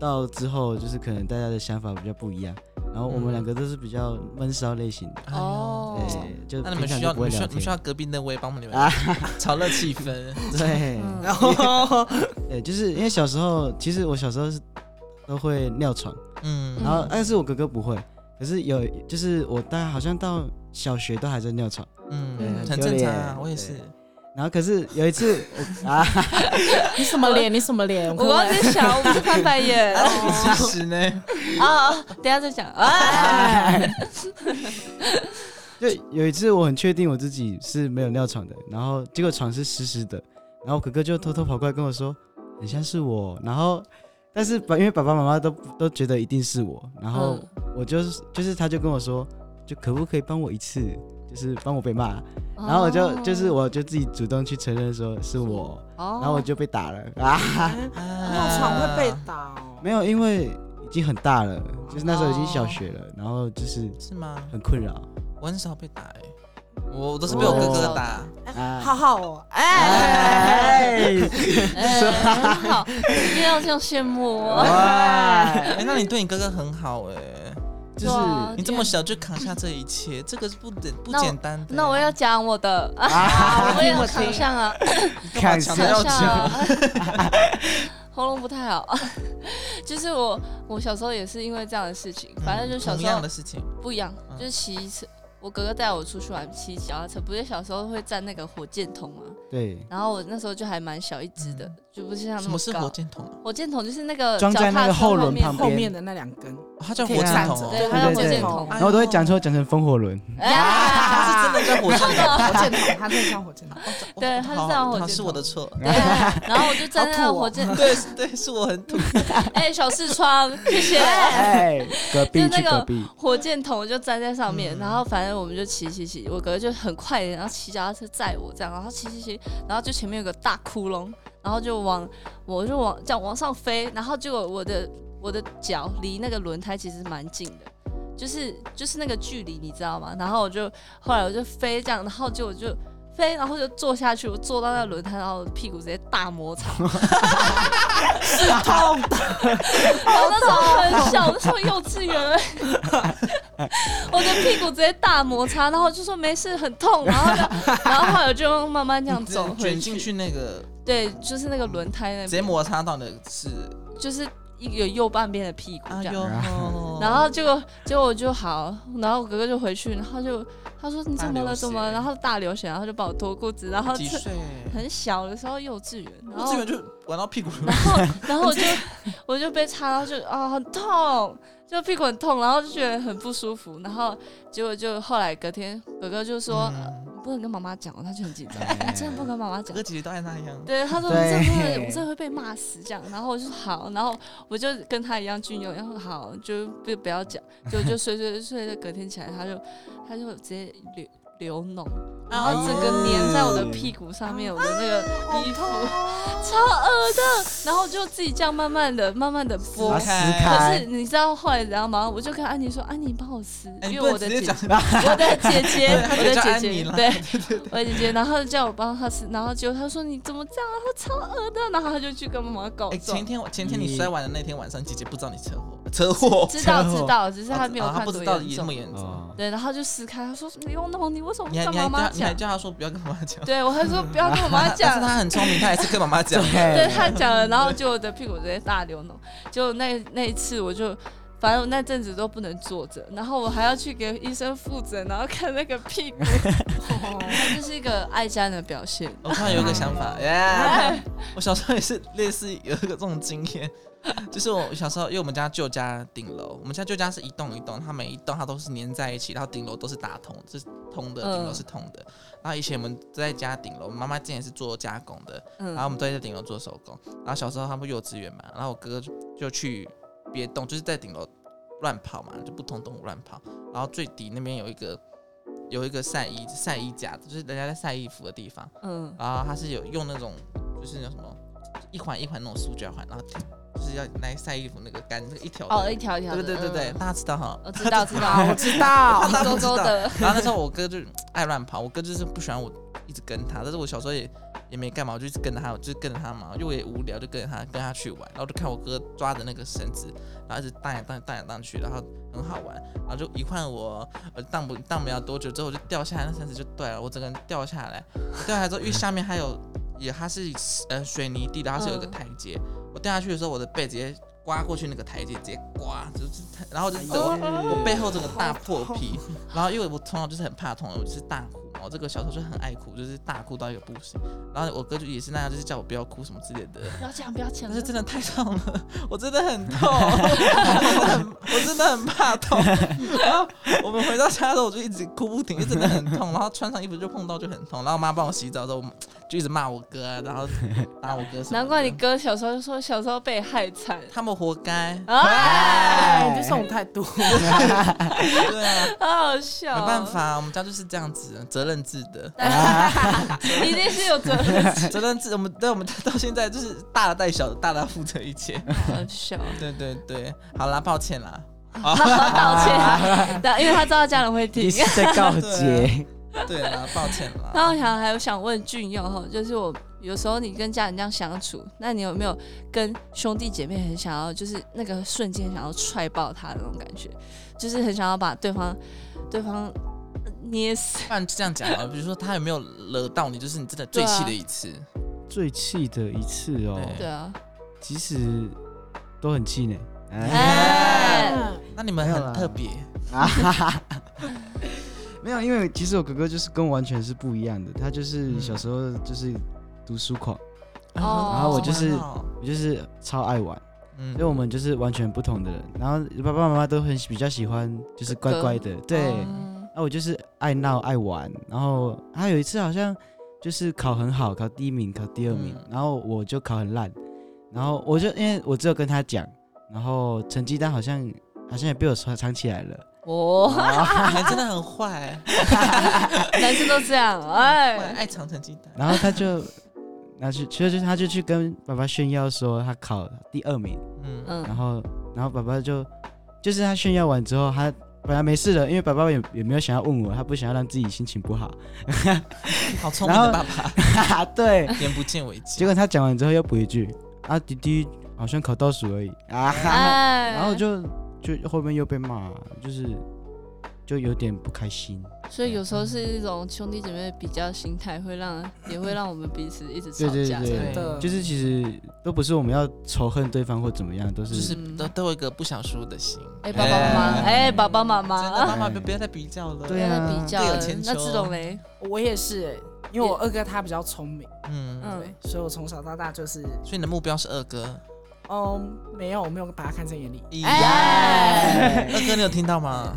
[SPEAKER 4] 到之后就是可能大家的想法比较不一样，然后我们
[SPEAKER 2] 嗯
[SPEAKER 4] 两个都是比较闷骚类型的，
[SPEAKER 2] 哎呦
[SPEAKER 1] 哦，
[SPEAKER 4] 对，就
[SPEAKER 2] 那你们
[SPEAKER 4] 平常
[SPEAKER 2] 需
[SPEAKER 4] 就
[SPEAKER 2] 要，你
[SPEAKER 4] 不会
[SPEAKER 2] 们需
[SPEAKER 4] 聊
[SPEAKER 2] 要，你们需
[SPEAKER 4] 天，
[SPEAKER 2] 要隔壁那位帮你们
[SPEAKER 4] 啊
[SPEAKER 2] 炒热气 氛。
[SPEAKER 4] 对，
[SPEAKER 1] 嗯
[SPEAKER 2] 哎
[SPEAKER 3] 然后
[SPEAKER 4] 对，就是因为小时候，其实我小时候是都会尿床，
[SPEAKER 2] 嗯
[SPEAKER 1] 嗯
[SPEAKER 4] 然后但是我哥哥不会，可是有就是我大概好像到小学都还在尿床。对
[SPEAKER 2] 嗯，
[SPEAKER 4] 很
[SPEAKER 2] 很
[SPEAKER 4] 丢
[SPEAKER 2] 正常
[SPEAKER 4] 脸
[SPEAKER 2] 啊，我也
[SPEAKER 4] 对
[SPEAKER 2] 是。
[SPEAKER 4] 然后可是有一 次我啊，
[SPEAKER 3] 你什么脸？你什么脸？
[SPEAKER 1] 我刚刚在想，我不是翻白眼
[SPEAKER 2] 其实 呢，
[SPEAKER 1] 啊，等一下再讲啊。
[SPEAKER 4] 哎就有一次我很确定我自己是没有尿床的，然后结果床是湿湿的，然后我哥哥就偷偷跑过来跟我说，很像是我，然后但是爸因为爸爸妈妈都都觉得一定是我，然
[SPEAKER 2] 哦
[SPEAKER 4] 后我就是就是他就跟我说，就可不可以帮我一次，就是帮我被骂，
[SPEAKER 1] 嗯
[SPEAKER 4] 然后我就就是，我就自己主动去承认说是我，
[SPEAKER 1] 然
[SPEAKER 4] 然后我就被打了啊，
[SPEAKER 2] 尿
[SPEAKER 5] 尿床会被打哦。
[SPEAKER 4] 没有，因为已经很大了，就是那时候已经小学
[SPEAKER 1] 哦
[SPEAKER 4] 了，然后就是
[SPEAKER 2] 是吗？
[SPEAKER 4] 很困扰。
[SPEAKER 2] 我很少被打哎，我我都是被我哥哥打。
[SPEAKER 4] 啊
[SPEAKER 5] 浩浩哦，哎，
[SPEAKER 4] 哎，
[SPEAKER 1] 很好，一定要这样羡慕我。
[SPEAKER 4] 哇，
[SPEAKER 2] 哎，那你对你哥哥很好哎，
[SPEAKER 4] 就是
[SPEAKER 1] 对啊
[SPEAKER 2] 你这么小就扛下这一切，这个是不简不
[SPEAKER 1] 那我
[SPEAKER 2] 简单的。
[SPEAKER 1] 那我要讲我的啊
[SPEAKER 4] 啊，
[SPEAKER 1] 我也有扛上啊，
[SPEAKER 4] 看
[SPEAKER 2] 抢
[SPEAKER 4] 上
[SPEAKER 2] 不要
[SPEAKER 1] 扛
[SPEAKER 2] 讲
[SPEAKER 1] 上啊，喉咙不太好。就是我，我小时候也是因为这样的事情，
[SPEAKER 2] 嗯
[SPEAKER 1] 反正就小
[SPEAKER 2] 同
[SPEAKER 1] 时候
[SPEAKER 2] 样的事情，
[SPEAKER 1] 不一样，
[SPEAKER 2] 嗯
[SPEAKER 1] 就是骑车。我哥哥带我出去玩骑脚踏车，不是小时候会站那个火箭筒嘛？
[SPEAKER 4] 对，
[SPEAKER 1] 然后我那时候就还蛮小一只的，就不是像
[SPEAKER 2] 嗯什
[SPEAKER 1] 那
[SPEAKER 2] 么
[SPEAKER 1] 么
[SPEAKER 2] 是
[SPEAKER 1] 高。
[SPEAKER 2] 火箭筒啊？
[SPEAKER 1] 火箭筒就是那个
[SPEAKER 4] 装在那个
[SPEAKER 1] 脚踏车
[SPEAKER 4] 后轮
[SPEAKER 1] 面
[SPEAKER 4] 旁
[SPEAKER 3] 后
[SPEAKER 4] 边
[SPEAKER 3] 面的那两根，
[SPEAKER 2] 哦它叫火
[SPEAKER 3] 可以
[SPEAKER 2] 箭
[SPEAKER 3] 站
[SPEAKER 2] 筒
[SPEAKER 3] 着
[SPEAKER 2] 哦。
[SPEAKER 1] 对，它叫
[SPEAKER 4] 对对
[SPEAKER 1] 火箭
[SPEAKER 4] 对
[SPEAKER 1] 筒。
[SPEAKER 3] 啊
[SPEAKER 4] 然后我都会讲错，讲成风火轮，
[SPEAKER 1] 哎 呀
[SPEAKER 2] 它是真的叫火箭筒。
[SPEAKER 3] 火箭筒，它真的像火箭筒。
[SPEAKER 1] 对它是这样火箭筒
[SPEAKER 2] 是我的错。
[SPEAKER 1] 对啊，然后我就站在那个火箭，
[SPEAKER 2] 对是对，是我很土。
[SPEAKER 1] 哎，小视窗，谢谢。
[SPEAKER 4] 哎，隔
[SPEAKER 1] 就
[SPEAKER 4] 壁
[SPEAKER 1] 那
[SPEAKER 4] 去
[SPEAKER 1] 个
[SPEAKER 4] 隔壁，
[SPEAKER 1] 火箭筒我就站在上面，
[SPEAKER 2] 嗯
[SPEAKER 1] 然后反正我们就骑骑骑，我哥就很快地然后骑脚踏车载我这样，然后骑骑骑，然后就前面有个大窟窿，然后就往我就往这样往上飞，然后结果我的我的脚离那个轮胎其实蛮近的。就是就是那个距离，你知道吗？然后我就后来我就飞这样，然后结果就飞，然后就坐下去，我坐到那个轮胎，然后我的屁股直接大摩 擦，
[SPEAKER 5] 痛
[SPEAKER 1] 然后那时候很小，那时候幼稚园，我的屁股直接大摩擦，然后就说没事，很痛，然后就，然后后来我就慢慢这样走回
[SPEAKER 2] 卷进去那个，
[SPEAKER 1] 对，就是那个轮胎那
[SPEAKER 2] 直接
[SPEAKER 1] 边，
[SPEAKER 2] 摩擦到你的是，
[SPEAKER 1] 就是一个右半边的屁股
[SPEAKER 2] 哎
[SPEAKER 1] 这样。
[SPEAKER 2] 呦，
[SPEAKER 1] 然后结果，结果我就好，然后我哥哥就回去，然后就他说你怎么
[SPEAKER 2] 大流
[SPEAKER 1] 了，
[SPEAKER 2] 血
[SPEAKER 1] 怎么了？然后大流血，然后就把我脱裤子，然后
[SPEAKER 2] 几
[SPEAKER 1] 这
[SPEAKER 2] 岁？
[SPEAKER 1] 很小的时候幼稚园，然
[SPEAKER 2] 我
[SPEAKER 1] 后
[SPEAKER 2] 这边就玩到屁股了
[SPEAKER 1] 然。后 然后我就我就被插，然后就啊、很痛，就屁股很痛，然后就觉得很不舒服，然后结果就后来隔天哥哥就说、
[SPEAKER 2] 嗯哎
[SPEAKER 1] 呃 不能跟妈妈讲哦，他就很紧张，你真的不能跟妈妈
[SPEAKER 2] 哥
[SPEAKER 1] 讲
[SPEAKER 2] 哥。姐姐都爱那样。
[SPEAKER 1] 对，他说我真的会，
[SPEAKER 4] 对
[SPEAKER 1] 我真的会被骂死这样。然后我就说好，然后我就跟他一样军友，然后好就不不要讲，就就睡睡睡睡，隔天起来他就他就直接流流脓，然
[SPEAKER 2] 哎
[SPEAKER 1] 后整个粘在我的屁股上面，我的那个衣服。超恶的，然后就自己这样慢慢的、慢慢的剥
[SPEAKER 4] 啊，
[SPEAKER 2] 撕
[SPEAKER 4] 撕
[SPEAKER 1] 可是
[SPEAKER 4] 开，
[SPEAKER 1] 你知道后来怎样吗？我就跟安妮说：“安妮，帮我撕，
[SPEAKER 2] 哎，你
[SPEAKER 1] 因
[SPEAKER 2] 不
[SPEAKER 1] 为我
[SPEAKER 2] 能
[SPEAKER 1] 的
[SPEAKER 2] 直
[SPEAKER 1] 姐
[SPEAKER 2] 接
[SPEAKER 1] 姐
[SPEAKER 2] 讲，，
[SPEAKER 1] 我的姐姐，
[SPEAKER 2] 对她
[SPEAKER 1] 我的
[SPEAKER 2] 就叫
[SPEAKER 1] 姐
[SPEAKER 2] 安妮
[SPEAKER 1] 姐
[SPEAKER 2] 啦，
[SPEAKER 1] 对，我的姐姐，然后叫我帮她撕，然后结果她说你怎么这样啊？她超恶的，然后她就去跟妈妈告
[SPEAKER 2] 哎，
[SPEAKER 1] 状
[SPEAKER 2] 前。天前天你
[SPEAKER 4] 你
[SPEAKER 2] 摔完的那天晚上，姐姐不知道你车祸，车祸，
[SPEAKER 1] 知道
[SPEAKER 4] 车祸
[SPEAKER 1] 知道，只是
[SPEAKER 2] 她
[SPEAKER 1] 她没有
[SPEAKER 2] 哦啊她
[SPEAKER 1] 看
[SPEAKER 2] 不
[SPEAKER 1] 多
[SPEAKER 2] 知道
[SPEAKER 1] 严
[SPEAKER 2] 这么
[SPEAKER 1] 重。
[SPEAKER 2] 严重。
[SPEAKER 4] 哦，
[SPEAKER 1] 对，然后她就撕开，她说你又弄你为什么不
[SPEAKER 2] 你还
[SPEAKER 1] 跟
[SPEAKER 2] 你还
[SPEAKER 1] 妈妈
[SPEAKER 2] 叫你还
[SPEAKER 1] 讲？
[SPEAKER 2] 叫她说不要跟妈妈讲，
[SPEAKER 1] 对我还说不要跟妈妈
[SPEAKER 2] 但
[SPEAKER 1] 讲
[SPEAKER 2] 是。她哎很聪明，她还是跟妈妈讲。
[SPEAKER 1] 对
[SPEAKER 4] 对，
[SPEAKER 1] 他讲了，然后就我的屁股直接大流脓，就那那一次我就。反正我那阵子都不能坐着，然后我还要去给医生复诊，然后看那个屁 股，
[SPEAKER 5] 哦，
[SPEAKER 1] 这是一个爱家的表现。
[SPEAKER 2] 我突然有一个 想法，耶！我小时候也是类似有一个这种经验， 就是我小时候，因为我们家旧家顶楼，我们家旧家是一栋一栋，它每一栋它都是粘在一起，然后顶楼都是打通，是通的，
[SPEAKER 1] 嗯
[SPEAKER 2] 顶楼是通的。然后以前我们都在家顶楼，我妈妈之前也是做加工的，
[SPEAKER 1] 嗯
[SPEAKER 2] 然后我们都在顶楼做手工。然后小时候他们幼稚园嘛，然后我哥哥就就去别栋，就是在顶楼乱跑嘛，就不同栋乱跑。然后最底那边有一个有一个晒衣晒衣架子，就是人家在晒衣服的地方。
[SPEAKER 1] 嗯，
[SPEAKER 2] 然后它是有用那种就是那种什么一环一环那种塑胶环，然后就是要来晒衣服那个杆，那个一条的
[SPEAKER 1] 哦，一条一条的，
[SPEAKER 2] 对对对对，
[SPEAKER 1] 嗯，
[SPEAKER 2] 大家知道 哈。
[SPEAKER 1] 我知道知 道，
[SPEAKER 3] 我知道，
[SPEAKER 1] 一勾勾的，
[SPEAKER 2] 然后那时候我哥就爱乱跑，我哥就是不喜欢我一直跟他，但是我小时候也也没干嘛，我就一直跟着他，我就是跟着他嘛，因为我也无聊就跟着他跟他去玩，然后就看我哥抓着那个绳子，然后一直荡呀荡呀荡呀荡去，然后很好玩，然后就一换我呃荡不荡不了多久之后我就掉下来，那绳子就断了，我整个人掉下来， 掉下来之后因为下面还有也它是呃水泥地的，它是有一个
[SPEAKER 1] 嗯
[SPEAKER 2] 台阶，我掉下去的时候我的背直接。刮过去那个台阶，直接刮，就是，然后我就整个我背后整个大破皮，然后因为我从小就是很怕痛，我就是大哭嘛，我这个小时候就很爱哭，就是大哭到一个不行。然后我哥就也是那样，就是叫我不要哭什么之类的。
[SPEAKER 1] 不要讲不要讲
[SPEAKER 2] 但是，真的太痛了，我真的很痛，我真的很怕痛。然后我们回到家的时候，我就一直哭不停，就真的很痛。然后穿上衣服就碰到就很痛。然后我妈帮我洗澡的时候，就一直骂我哥啊，然后打我哥什么的。
[SPEAKER 1] 难怪你哥小时候就说小时候被害 惨
[SPEAKER 2] 他们活该。
[SPEAKER 1] 啊，
[SPEAKER 3] 哎，这种态度，
[SPEAKER 2] 对啊，
[SPEAKER 1] 好好笑哦，
[SPEAKER 2] 没办法，我们家就是这样子，责任制的。
[SPEAKER 1] 一定是有责 任，
[SPEAKER 2] 责任制，我们对我们到现在就是大的带小的，大大负责一切。
[SPEAKER 1] 好笑。哦
[SPEAKER 2] 对对对，好啦，抱歉啦。
[SPEAKER 1] 道 歉，对，因为他知道家人会听
[SPEAKER 4] 你。是在告
[SPEAKER 2] 对
[SPEAKER 1] 啊
[SPEAKER 4] 捷？
[SPEAKER 2] 对啦，抱歉啦。
[SPEAKER 1] 那我想还有想问俊佑哈，就是我有时候你跟家人这样相处，那你有没有跟兄弟姐妹很想要，就是那个瞬间想要踹爆他的那种感觉，就是很想要把对方对方捏死？
[SPEAKER 2] 不然就这样讲啊，比如说他有没有惹到你，就是你真的最气的一次。
[SPEAKER 4] 最气的一次哦，
[SPEAKER 1] 对啊，
[SPEAKER 4] 其实都很气呢。哎，
[SPEAKER 1] 哎，
[SPEAKER 2] 那你们
[SPEAKER 4] 没有啦
[SPEAKER 2] 很特别，
[SPEAKER 4] 啊哈哈， 没有，因为其实我哥哥就是跟我完全是不一样的，他
[SPEAKER 1] 嗯
[SPEAKER 4] 就是小时候就是读书狂，
[SPEAKER 2] 嗯
[SPEAKER 1] 哦
[SPEAKER 4] 然后我就是
[SPEAKER 2] 好玩哦
[SPEAKER 4] 我就是超爱玩，所以
[SPEAKER 2] 嗯，
[SPEAKER 4] 我们就是完全不同的人。然后爸爸妈妈都很喜比较喜欢就是乖乖的，对。
[SPEAKER 1] 嗯
[SPEAKER 4] 那、我就是爱闹爱玩，然后他有一次好像就是考很好，考第一名，考第二名，
[SPEAKER 2] 嗯
[SPEAKER 4] 然后我就考很烂，然后我就因为我只有跟他讲，然后成绩单好像好像也被我藏藏起来了，
[SPEAKER 1] 哦，
[SPEAKER 2] 你们真的很坏，
[SPEAKER 1] 男生都这样，
[SPEAKER 2] 坏
[SPEAKER 1] 哎，
[SPEAKER 2] 爱藏成绩单。
[SPEAKER 4] 然后他就拿去，其实就是他就去跟爸爸炫耀说他考第二名，
[SPEAKER 2] 嗯，
[SPEAKER 1] 嗯
[SPEAKER 4] 然，后然后爸爸就就是他炫耀完之后，他本来没事了，因为爸爸也也没有想要问我，他不想要让自己心情不好，
[SPEAKER 2] 好聪明的爸爸，
[SPEAKER 4] 哈哈，对。
[SPEAKER 2] 眼不见为净。
[SPEAKER 4] 结果他讲完之后又补一句：“啊，弟弟好像考倒数而已啊。
[SPEAKER 1] 哎，
[SPEAKER 4] 然后就就后面又被骂，就是就有点不开心。
[SPEAKER 1] 所以有时候是一种兄弟姐妹比较心态，会让也会让我们彼此一直吵
[SPEAKER 4] 对对
[SPEAKER 1] 架，
[SPEAKER 4] 对
[SPEAKER 2] 真
[SPEAKER 3] 的
[SPEAKER 4] 就是其实都不是我们要仇恨对方或怎么样，都是、
[SPEAKER 2] 就是
[SPEAKER 1] 嗯
[SPEAKER 2] 都都有一个不想输的心。
[SPEAKER 1] 哎，爸爸妈妈，哎，爸爸妈
[SPEAKER 2] 真
[SPEAKER 1] 妈
[SPEAKER 2] 的，，妈妈不不要再比较了。
[SPEAKER 1] 不
[SPEAKER 4] 对
[SPEAKER 1] 要再
[SPEAKER 4] 啊
[SPEAKER 1] 比较
[SPEAKER 2] 各有
[SPEAKER 1] 了
[SPEAKER 2] 千。
[SPEAKER 1] 那
[SPEAKER 2] 秋
[SPEAKER 1] 志龙嘞，
[SPEAKER 3] 我也是欸，因为我二哥他比较聪明，
[SPEAKER 2] 嗯，
[SPEAKER 1] 嗯
[SPEAKER 3] 对，，所以我从小到大就是，
[SPEAKER 2] 所以你的目标是二哥。
[SPEAKER 3] 嗯，没有，我没有把他看在眼里，
[SPEAKER 1] 哎
[SPEAKER 2] 二哥，你有听到吗？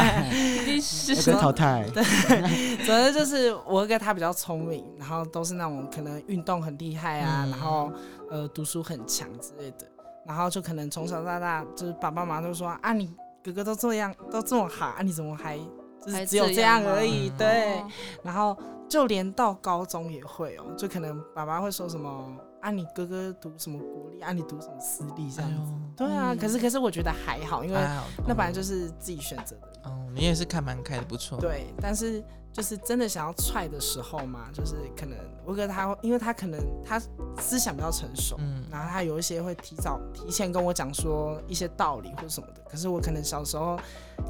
[SPEAKER 1] 一定是
[SPEAKER 4] 要被淘汰。
[SPEAKER 3] 总之就是我会跟他比较聪明，然后都是那种可能运动很厉害啊，
[SPEAKER 2] 嗯
[SPEAKER 3] 然后呃读书很强之类的，然后就可能从小到大就是爸爸妈妈都说啊你哥哥都这样都这么好啊你怎么还就是
[SPEAKER 1] 还
[SPEAKER 3] 只有
[SPEAKER 1] 这
[SPEAKER 3] 这
[SPEAKER 1] 样
[SPEAKER 3] 样
[SPEAKER 1] 吗哦
[SPEAKER 3] 而已
[SPEAKER 2] 嗯
[SPEAKER 3] 对，然后就连到高中也会哦，就可能爸爸会说什么啊你哥哥读什么国立啊你读什么私立这
[SPEAKER 2] 哎
[SPEAKER 3] 样
[SPEAKER 2] 呦哎
[SPEAKER 3] 子，对啊，
[SPEAKER 1] 嗯
[SPEAKER 3] 可是可是我觉得还好，因为
[SPEAKER 2] 还好
[SPEAKER 3] 那本来就是自己选择的。
[SPEAKER 2] 哦，你也是看蛮开的，不错。
[SPEAKER 3] 对，但是就是真的想要踹的时候嘛，就是可能我哥他，因为他可能他思想比较成熟，
[SPEAKER 2] 嗯，
[SPEAKER 3] 然后他有一些会提早提前跟我讲说一些道理或什么的，可是我可能小时候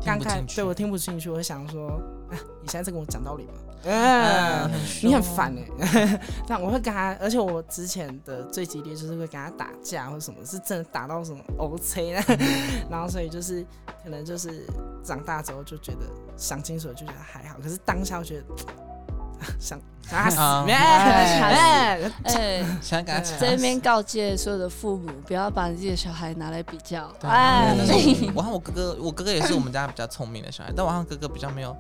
[SPEAKER 2] 听
[SPEAKER 3] 刚
[SPEAKER 2] 不
[SPEAKER 3] 开
[SPEAKER 2] 进去
[SPEAKER 3] 对我听不进去，我会想说啊，你现在在跟我讲道理 吗？
[SPEAKER 2] 啊
[SPEAKER 3] 嗯。你很
[SPEAKER 2] 凶
[SPEAKER 3] 烦哎、 这样我会跟他，而且我之前的最激烈就是会跟他打架或什么，是真的打到什么 O C 呢？ 然后所以就是可能就是长大之后就觉得想清楚了就觉得还好，可是当下我觉得想想他死
[SPEAKER 2] 啊
[SPEAKER 3] 咩
[SPEAKER 1] 哎
[SPEAKER 3] 咩
[SPEAKER 1] 哎，
[SPEAKER 2] 想给他抢
[SPEAKER 1] 在那边告诫所有的父母，不要把自己的小孩拿来比较。
[SPEAKER 2] 对
[SPEAKER 3] 啊
[SPEAKER 1] 哎，
[SPEAKER 2] 但是我我和我哥哥，我哥哥也是我们家比较聪明的小孩，但我和哥哥比较没有，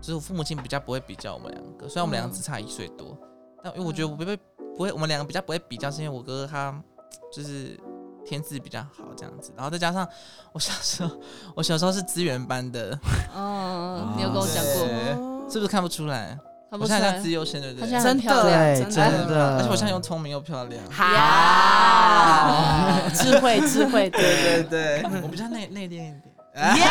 [SPEAKER 2] 就是我父母亲比较不会比较我们两个，虽然我们两个只差一岁多，但因为我觉得我不会不会，我们两个比较不会比较，是因为我哥哥他就是天资比较好这样子，然后再加上我小时候，我小时候是资源班的，
[SPEAKER 1] 嗯，你有跟我讲
[SPEAKER 2] 对
[SPEAKER 3] 啊
[SPEAKER 1] 过，
[SPEAKER 3] 哦
[SPEAKER 2] 是不是看不出来？
[SPEAKER 1] 很不
[SPEAKER 2] 我
[SPEAKER 1] 错
[SPEAKER 2] 现在
[SPEAKER 1] 欸
[SPEAKER 2] 在自由身，对不
[SPEAKER 1] 他
[SPEAKER 2] 对？
[SPEAKER 1] 现在
[SPEAKER 3] 真
[SPEAKER 1] 很
[SPEAKER 3] 的
[SPEAKER 1] 漂亮，
[SPEAKER 4] 对，
[SPEAKER 3] 真的
[SPEAKER 4] 真的。
[SPEAKER 2] 而且我现在又聪明又漂亮。
[SPEAKER 1] 呀
[SPEAKER 3] 好， 智慧智慧，对
[SPEAKER 2] 对对对，我比较内内敛一点。
[SPEAKER 1] 耶，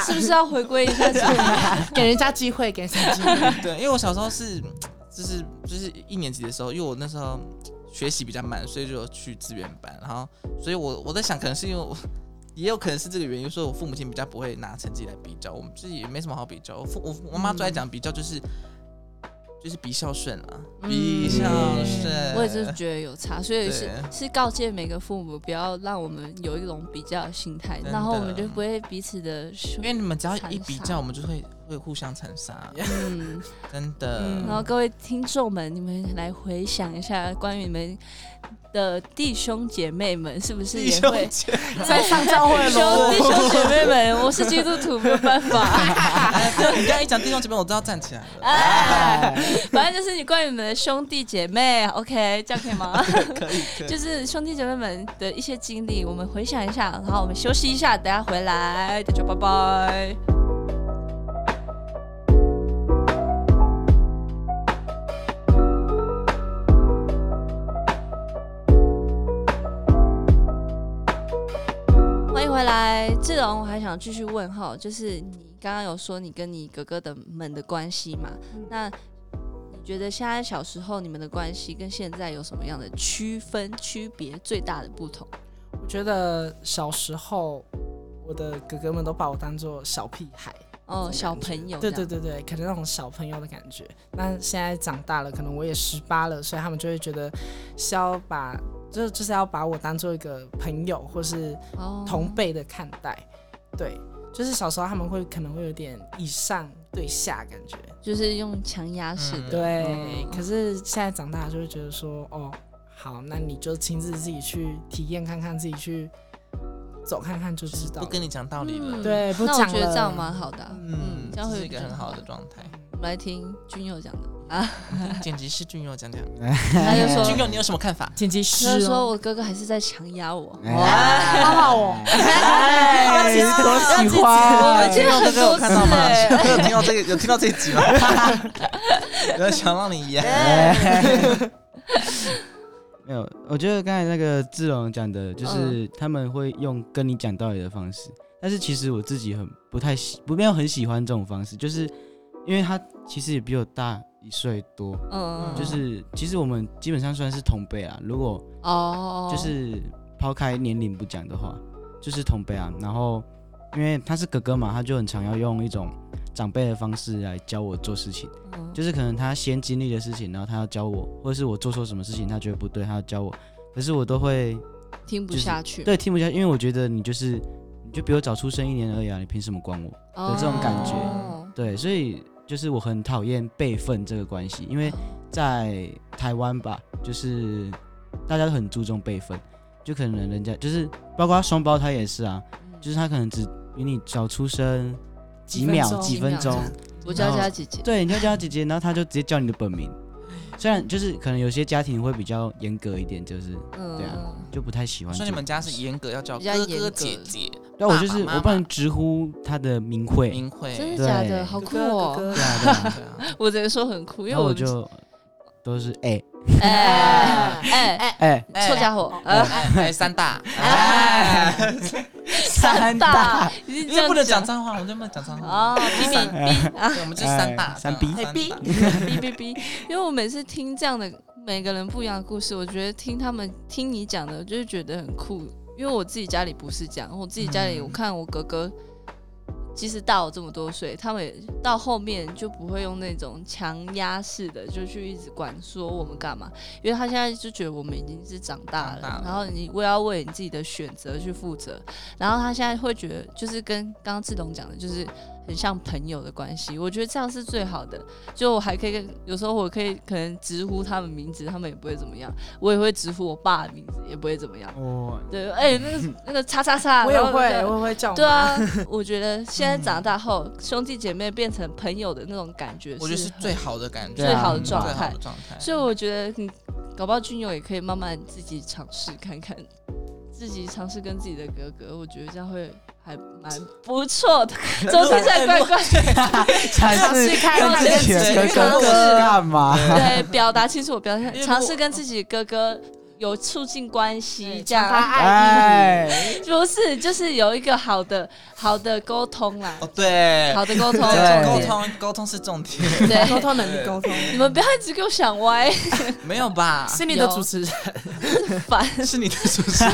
[SPEAKER 1] 是不是要回归一下自己？
[SPEAKER 3] 给人家机会，给人家机会，
[SPEAKER 2] 对，因为我小时候是，就是就是一年级的时候，因为我那时候学习比较慢，所以就去资源班，然后，所以我我在想，可能是因为我，也有可能是这个原因，所以我父母亲比较不会拿成绩来比较，我们自己也没什么好比较。我父我我妈最爱
[SPEAKER 1] 嗯
[SPEAKER 2] 讲比较就是。就是比孝顺啊，比孝顺。
[SPEAKER 1] 嗯我也是觉得有差，所以是
[SPEAKER 2] 对
[SPEAKER 1] 是告诫每个父母不要让我们有一种比较的心态，
[SPEAKER 2] 真
[SPEAKER 1] 然后我们
[SPEAKER 2] 的
[SPEAKER 1] 就不会彼此的
[SPEAKER 2] 因为你们只要一比
[SPEAKER 1] 残杀
[SPEAKER 2] 较，我们就会会互相残 杀，
[SPEAKER 1] 嗯。
[SPEAKER 2] 真的。
[SPEAKER 3] 嗯
[SPEAKER 1] 然后各位听众们，你们来回想一下，关于你们的弟兄姐妹们是不是
[SPEAKER 2] 弟
[SPEAKER 1] 也
[SPEAKER 2] 兄
[SPEAKER 1] 会
[SPEAKER 2] 姐妹，
[SPEAKER 3] 在上教会
[SPEAKER 1] 弟兄，
[SPEAKER 3] 喽
[SPEAKER 1] 弟兄姐妹们？我是基督徒，没有办法。
[SPEAKER 2] 哎对你刚刚一讲弟兄姐妹，我都要站起来了。
[SPEAKER 1] 哎，反正就是你关于你们的兄弟姐妹，OK，这样 可以吗？
[SPEAKER 2] 可以，可以。
[SPEAKER 1] 就是兄弟姐妹们的一些经历，我们回想一下，然后我们休息一下，等下回来，大家拜拜。欢迎回来，志龙，我还想继续问哈，就是你刚刚有说你跟你哥哥的们的关系嘛？那你觉得现在小时候你们的关系跟现在有什么样的区分、区别最大的不同？
[SPEAKER 3] 我觉得小时候我的哥哥们都把我当做小屁孩，
[SPEAKER 1] 哦，
[SPEAKER 3] 这种
[SPEAKER 1] 小
[SPEAKER 3] 感觉
[SPEAKER 1] 朋友，
[SPEAKER 3] 对对，对对，可能那种小朋友的感觉。那现在长大了，可能我也十八了，所以他们就会觉得是要把，就就是要把我当做一个朋友或是
[SPEAKER 1] 哦，
[SPEAKER 3] 同辈的看待。
[SPEAKER 1] 嗯
[SPEAKER 3] 对，就是小时候他们会可能会有点以上对下感觉。
[SPEAKER 1] 就是用强压式的，
[SPEAKER 3] 对，
[SPEAKER 1] 嗯
[SPEAKER 3] 可是现在长大就会觉得说，哦，好，那你就亲自自己去体验看看，自己去走看看就知道
[SPEAKER 2] 不
[SPEAKER 3] 了。
[SPEAKER 2] 跟你讲道理了。
[SPEAKER 1] 嗯
[SPEAKER 3] 对，不
[SPEAKER 1] 那
[SPEAKER 3] 讲
[SPEAKER 1] 我觉得
[SPEAKER 3] 了
[SPEAKER 1] 这样蛮好的啊、嗯
[SPEAKER 2] 嗯，，
[SPEAKER 1] 这样会
[SPEAKER 2] 是一个
[SPEAKER 1] 比较
[SPEAKER 2] 很好的。状态。
[SPEAKER 1] 我们来听君佑讲的啊，
[SPEAKER 2] 剪辑师俊佑讲讲，哎
[SPEAKER 1] 他就
[SPEAKER 2] 俊
[SPEAKER 1] 说，
[SPEAKER 2] 佑你有什么 看法？
[SPEAKER 3] 剪辑师、
[SPEAKER 1] 他就说
[SPEAKER 3] 哦，
[SPEAKER 1] 我哥哥还是在强压我。
[SPEAKER 4] 哎
[SPEAKER 3] 好好哦，
[SPEAKER 4] 哎，你多喜欢
[SPEAKER 1] 我
[SPEAKER 4] 啊
[SPEAKER 1] 们！今天很多次
[SPEAKER 2] 看到 吗
[SPEAKER 1] 哎、？
[SPEAKER 2] 有听到这个？有听到这一集吗？ 有想 让你演，
[SPEAKER 1] 嗯
[SPEAKER 4] 没有，我觉得刚才那个志龙讲的，就是他们会用跟你讲道理的方式，但是其实我自己很不太喜，不没有很喜欢这种方式，就是因为他其实也比我大一岁多，
[SPEAKER 1] 嗯，
[SPEAKER 4] 就是其实我们基本上算是同辈啊，如果
[SPEAKER 1] 哦，
[SPEAKER 4] 就是抛开年龄不讲的话，就是同辈啊。然后因为他是哥哥嘛，他就很常要用一种长辈的方式来教我做事情，
[SPEAKER 1] 嗯
[SPEAKER 4] 就是可能他先经历的事情，然后他要教我，或者是我做错什么事情，他觉得不对，他要教我，可是我都会
[SPEAKER 1] 听不
[SPEAKER 4] 就是
[SPEAKER 1] 下去，
[SPEAKER 4] 对听不下去，因为我觉得你就是你就比我早出生一年而已啊，你凭什么管我？
[SPEAKER 1] 哦
[SPEAKER 4] 这种感
[SPEAKER 2] 觉
[SPEAKER 4] 对，所以就是我很讨厌辈分这个关系，因为在台湾吧，就是大家都很注重辈分，就可能人家就是包括双胞胎也是啊，
[SPEAKER 1] 嗯
[SPEAKER 4] 就是他可能只比你早出生几
[SPEAKER 3] 分
[SPEAKER 4] 秒
[SPEAKER 3] 钟
[SPEAKER 4] 嗯几分
[SPEAKER 1] 几
[SPEAKER 4] 钟
[SPEAKER 1] 秒，我叫佳姐姐，
[SPEAKER 4] 对，你就叫他姐姐，然后他就直接叫你的本名。虽然就是可能有些家庭会比较严格一点，就是
[SPEAKER 1] 嗯，
[SPEAKER 4] 对啊就不太喜欢这
[SPEAKER 2] 说
[SPEAKER 4] 种。
[SPEAKER 2] 你们家是严格要叫
[SPEAKER 1] 比较严
[SPEAKER 2] 哥
[SPEAKER 1] 格
[SPEAKER 2] 哥姐姐，
[SPEAKER 4] 对啊，我就
[SPEAKER 2] 爸爸妈
[SPEAKER 4] 是
[SPEAKER 2] 妈
[SPEAKER 4] 我不能直呼他的名讳，
[SPEAKER 2] 明
[SPEAKER 1] 真
[SPEAKER 2] 慧。
[SPEAKER 1] 的假的？
[SPEAKER 4] 对
[SPEAKER 1] 好酷
[SPEAKER 3] 哥
[SPEAKER 1] 哦！
[SPEAKER 3] 哥
[SPEAKER 4] 对啊对啊，
[SPEAKER 2] 对啊
[SPEAKER 1] 我只能说很酷，因
[SPEAKER 4] 然
[SPEAKER 1] 为
[SPEAKER 4] 后我
[SPEAKER 1] 们
[SPEAKER 4] 就都是哎
[SPEAKER 1] 哎哎
[SPEAKER 4] 哎
[SPEAKER 1] 哎，臭家伙，
[SPEAKER 2] 哎
[SPEAKER 1] 呃，
[SPEAKER 2] 哎哎 三大，哎，
[SPEAKER 1] 啊三 大，已经
[SPEAKER 2] 因
[SPEAKER 1] 这
[SPEAKER 2] 为
[SPEAKER 1] 样啊
[SPEAKER 2] 不能讲
[SPEAKER 1] 讲
[SPEAKER 2] 脏话，我们就不能讲脏话。
[SPEAKER 1] 哦，哔哔哔啊
[SPEAKER 2] 对，我们就是三大，
[SPEAKER 4] 哎三 B
[SPEAKER 2] 三大。
[SPEAKER 1] 哔哔哔，因为我每次听这样的每个人不一样的故事，我觉得听他们听你讲的，就是觉得很酷，因为我自己家里不是这样，我自己家里
[SPEAKER 2] 嗯
[SPEAKER 1] 我看我哥哥。即使大我这么多岁，他们也到后面就不会用那种强压式的，就去一直管说我们干嘛，因为他现在就觉得我们已经是长大了，
[SPEAKER 2] 长大了
[SPEAKER 1] 然后你我要为你自己的选择去负责，然后他现在会觉得就是跟刚刚志东讲的，就是很像朋友的关系，我觉得这样是最好的，就我还可以跟有时候我可以可能直呼他们名字，他们也不会怎么样，我也会直呼我爸的名字，也不会怎么样，
[SPEAKER 4] 哦，
[SPEAKER 1] 对，哎、那个那个叉叉叉，
[SPEAKER 3] 我也
[SPEAKER 1] 啊然后
[SPEAKER 3] 会，
[SPEAKER 1] 就
[SPEAKER 3] 我也会叫我
[SPEAKER 1] 对
[SPEAKER 3] 妈，
[SPEAKER 1] 啊，我觉得现在长大后，兄弟姐妹变成朋友的那种感觉，
[SPEAKER 2] 我觉得是
[SPEAKER 1] 很
[SPEAKER 2] 最好的感觉，
[SPEAKER 4] 最好的
[SPEAKER 2] 嗯
[SPEAKER 1] 状
[SPEAKER 2] 最好
[SPEAKER 1] 态
[SPEAKER 2] 的状态。
[SPEAKER 1] 所以我觉得你搞不好军友也可以慢慢自己尝试看看，自己尝试跟自己的哥哥，我觉得这样会还蛮不错的。周听起来怪怪，
[SPEAKER 4] 才是
[SPEAKER 3] 开
[SPEAKER 1] 了
[SPEAKER 4] 跟自己的哥哥干嘛？
[SPEAKER 1] 对，表达清楚我表达
[SPEAKER 2] 因为，
[SPEAKER 1] 尝
[SPEAKER 2] 我
[SPEAKER 1] 试跟自己哥哥有促进关系，这
[SPEAKER 5] 他
[SPEAKER 1] 样
[SPEAKER 5] 爱
[SPEAKER 4] 哎，
[SPEAKER 1] 不是就是有一个好的好的沟通啦，
[SPEAKER 2] 哦，对，
[SPEAKER 1] 好的沟通，
[SPEAKER 4] 对
[SPEAKER 2] 沟
[SPEAKER 1] 重点
[SPEAKER 2] 通沟通是重点，
[SPEAKER 5] 你，沟
[SPEAKER 1] 对，
[SPEAKER 5] 通能力沟通，
[SPEAKER 1] 你们不要一直给我想歪，
[SPEAKER 2] 没有吧？
[SPEAKER 3] 是你的主持人，
[SPEAKER 1] 烦。
[SPEAKER 2] 是你的主持人，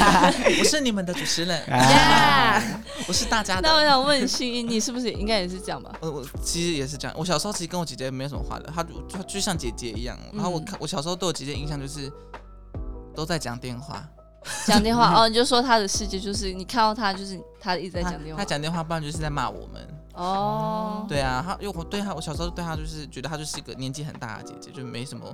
[SPEAKER 2] 我是你们的主持人，我是大家
[SPEAKER 1] 啊那我
[SPEAKER 2] 的。
[SPEAKER 1] 想问心怡，你是不是也应该也是这样吧？
[SPEAKER 2] 我我其实也是这样，我小时候其实跟我姐姐没有什么话的，她就她就像姐姐一样。然后我
[SPEAKER 1] 嗯
[SPEAKER 2] 看我小时候对我姐姐印象就是都在讲电话，
[SPEAKER 1] 讲电话哦，你就说他的世界就是你看到他就是他一直在
[SPEAKER 2] 她
[SPEAKER 1] 讲电话
[SPEAKER 2] 她，讲电话，不然就是在骂我们。
[SPEAKER 1] 哦，
[SPEAKER 2] 对啊，她因为我对她，我小时候对她就是觉得她就是一个年纪很大的姐姐，就没什么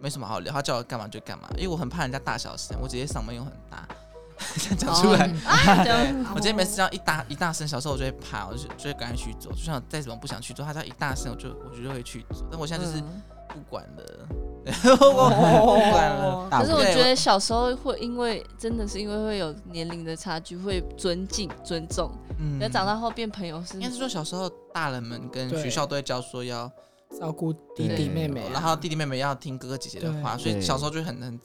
[SPEAKER 2] 没什么好聊，她叫我干嘛就干嘛，因为我很怕人家大小声，我姐姐嗓门又很大， 这样讲出来。
[SPEAKER 1] 哦啊，这样
[SPEAKER 2] 我今天每次这样一大一大声，小时候我就会怕，我就就会赶快去做。就像我再怎么不想去做，他只要一大声，我就我就会去做。但我现在就是
[SPEAKER 1] 嗯
[SPEAKER 2] 不管了， 我不管哦了。
[SPEAKER 4] 大
[SPEAKER 1] 哦可是我
[SPEAKER 2] 对
[SPEAKER 1] 觉得
[SPEAKER 2] 我
[SPEAKER 1] 小时候会因为真的是因为会有年龄的差距，会尊敬尊重，
[SPEAKER 2] 嗯
[SPEAKER 1] 可是长大后变朋友是
[SPEAKER 2] 应该是说小时候大人们跟
[SPEAKER 3] 对
[SPEAKER 2] 学校都会教说要，
[SPEAKER 3] 照顾弟弟妹妹啊，
[SPEAKER 2] 然后弟弟妹妹要听哥哥姐姐的话，所以
[SPEAKER 4] 对
[SPEAKER 2] 小时候就很很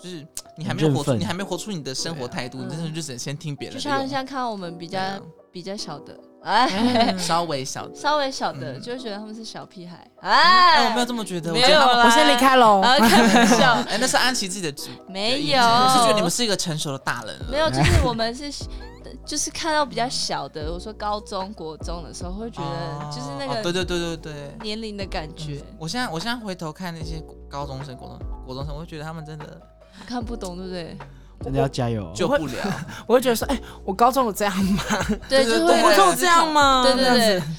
[SPEAKER 2] 就是你还
[SPEAKER 4] 很
[SPEAKER 2] 没有
[SPEAKER 4] 振
[SPEAKER 2] 活出
[SPEAKER 4] 奋
[SPEAKER 2] 你还没有活出你的生活态度，
[SPEAKER 1] 对啊
[SPEAKER 2] 你真的就只能先听别人
[SPEAKER 1] 就
[SPEAKER 2] 的
[SPEAKER 1] 像
[SPEAKER 2] 用。
[SPEAKER 1] 像看到我们比
[SPEAKER 2] 对
[SPEAKER 1] 较
[SPEAKER 2] 啊
[SPEAKER 1] 比较小的，哎，
[SPEAKER 2] 稍 微小，
[SPEAKER 1] 稍微小的
[SPEAKER 2] 嗯
[SPEAKER 1] 就会觉得他们是小屁孩，
[SPEAKER 2] 哎，我
[SPEAKER 1] 哎
[SPEAKER 2] 没有，这么觉得，我
[SPEAKER 1] 没
[SPEAKER 2] 觉得
[SPEAKER 1] 有
[SPEAKER 2] 他们
[SPEAKER 1] 啦，
[SPEAKER 3] 我先离开喽。
[SPEAKER 1] 啊， 开玩笑，
[SPEAKER 2] 哎，那是安琪自己的主
[SPEAKER 1] 没
[SPEAKER 2] 意
[SPEAKER 1] 有，
[SPEAKER 2] 见我是觉得你们是一个成熟的大人了，
[SPEAKER 1] 没有，就是我们是就是看到比较小的，我说高中国中的时候会觉得
[SPEAKER 2] 哦
[SPEAKER 1] 就是那
[SPEAKER 2] 哦对
[SPEAKER 1] 个
[SPEAKER 2] 对对对对，
[SPEAKER 1] 年龄的感觉
[SPEAKER 2] 我现在我现在回头看那些高中生、国中国中生，我会觉得他们真的
[SPEAKER 1] 看不懂，对不对？
[SPEAKER 4] 真的要加油哦！
[SPEAKER 2] 救不 了。
[SPEAKER 3] 我会觉得说，哎，我高中有这样吗？
[SPEAKER 1] 对，
[SPEAKER 2] 对
[SPEAKER 1] 就
[SPEAKER 2] 对
[SPEAKER 1] 会
[SPEAKER 2] 对
[SPEAKER 3] 我中有这样吗？
[SPEAKER 1] 对对
[SPEAKER 3] 啊这样子
[SPEAKER 1] 对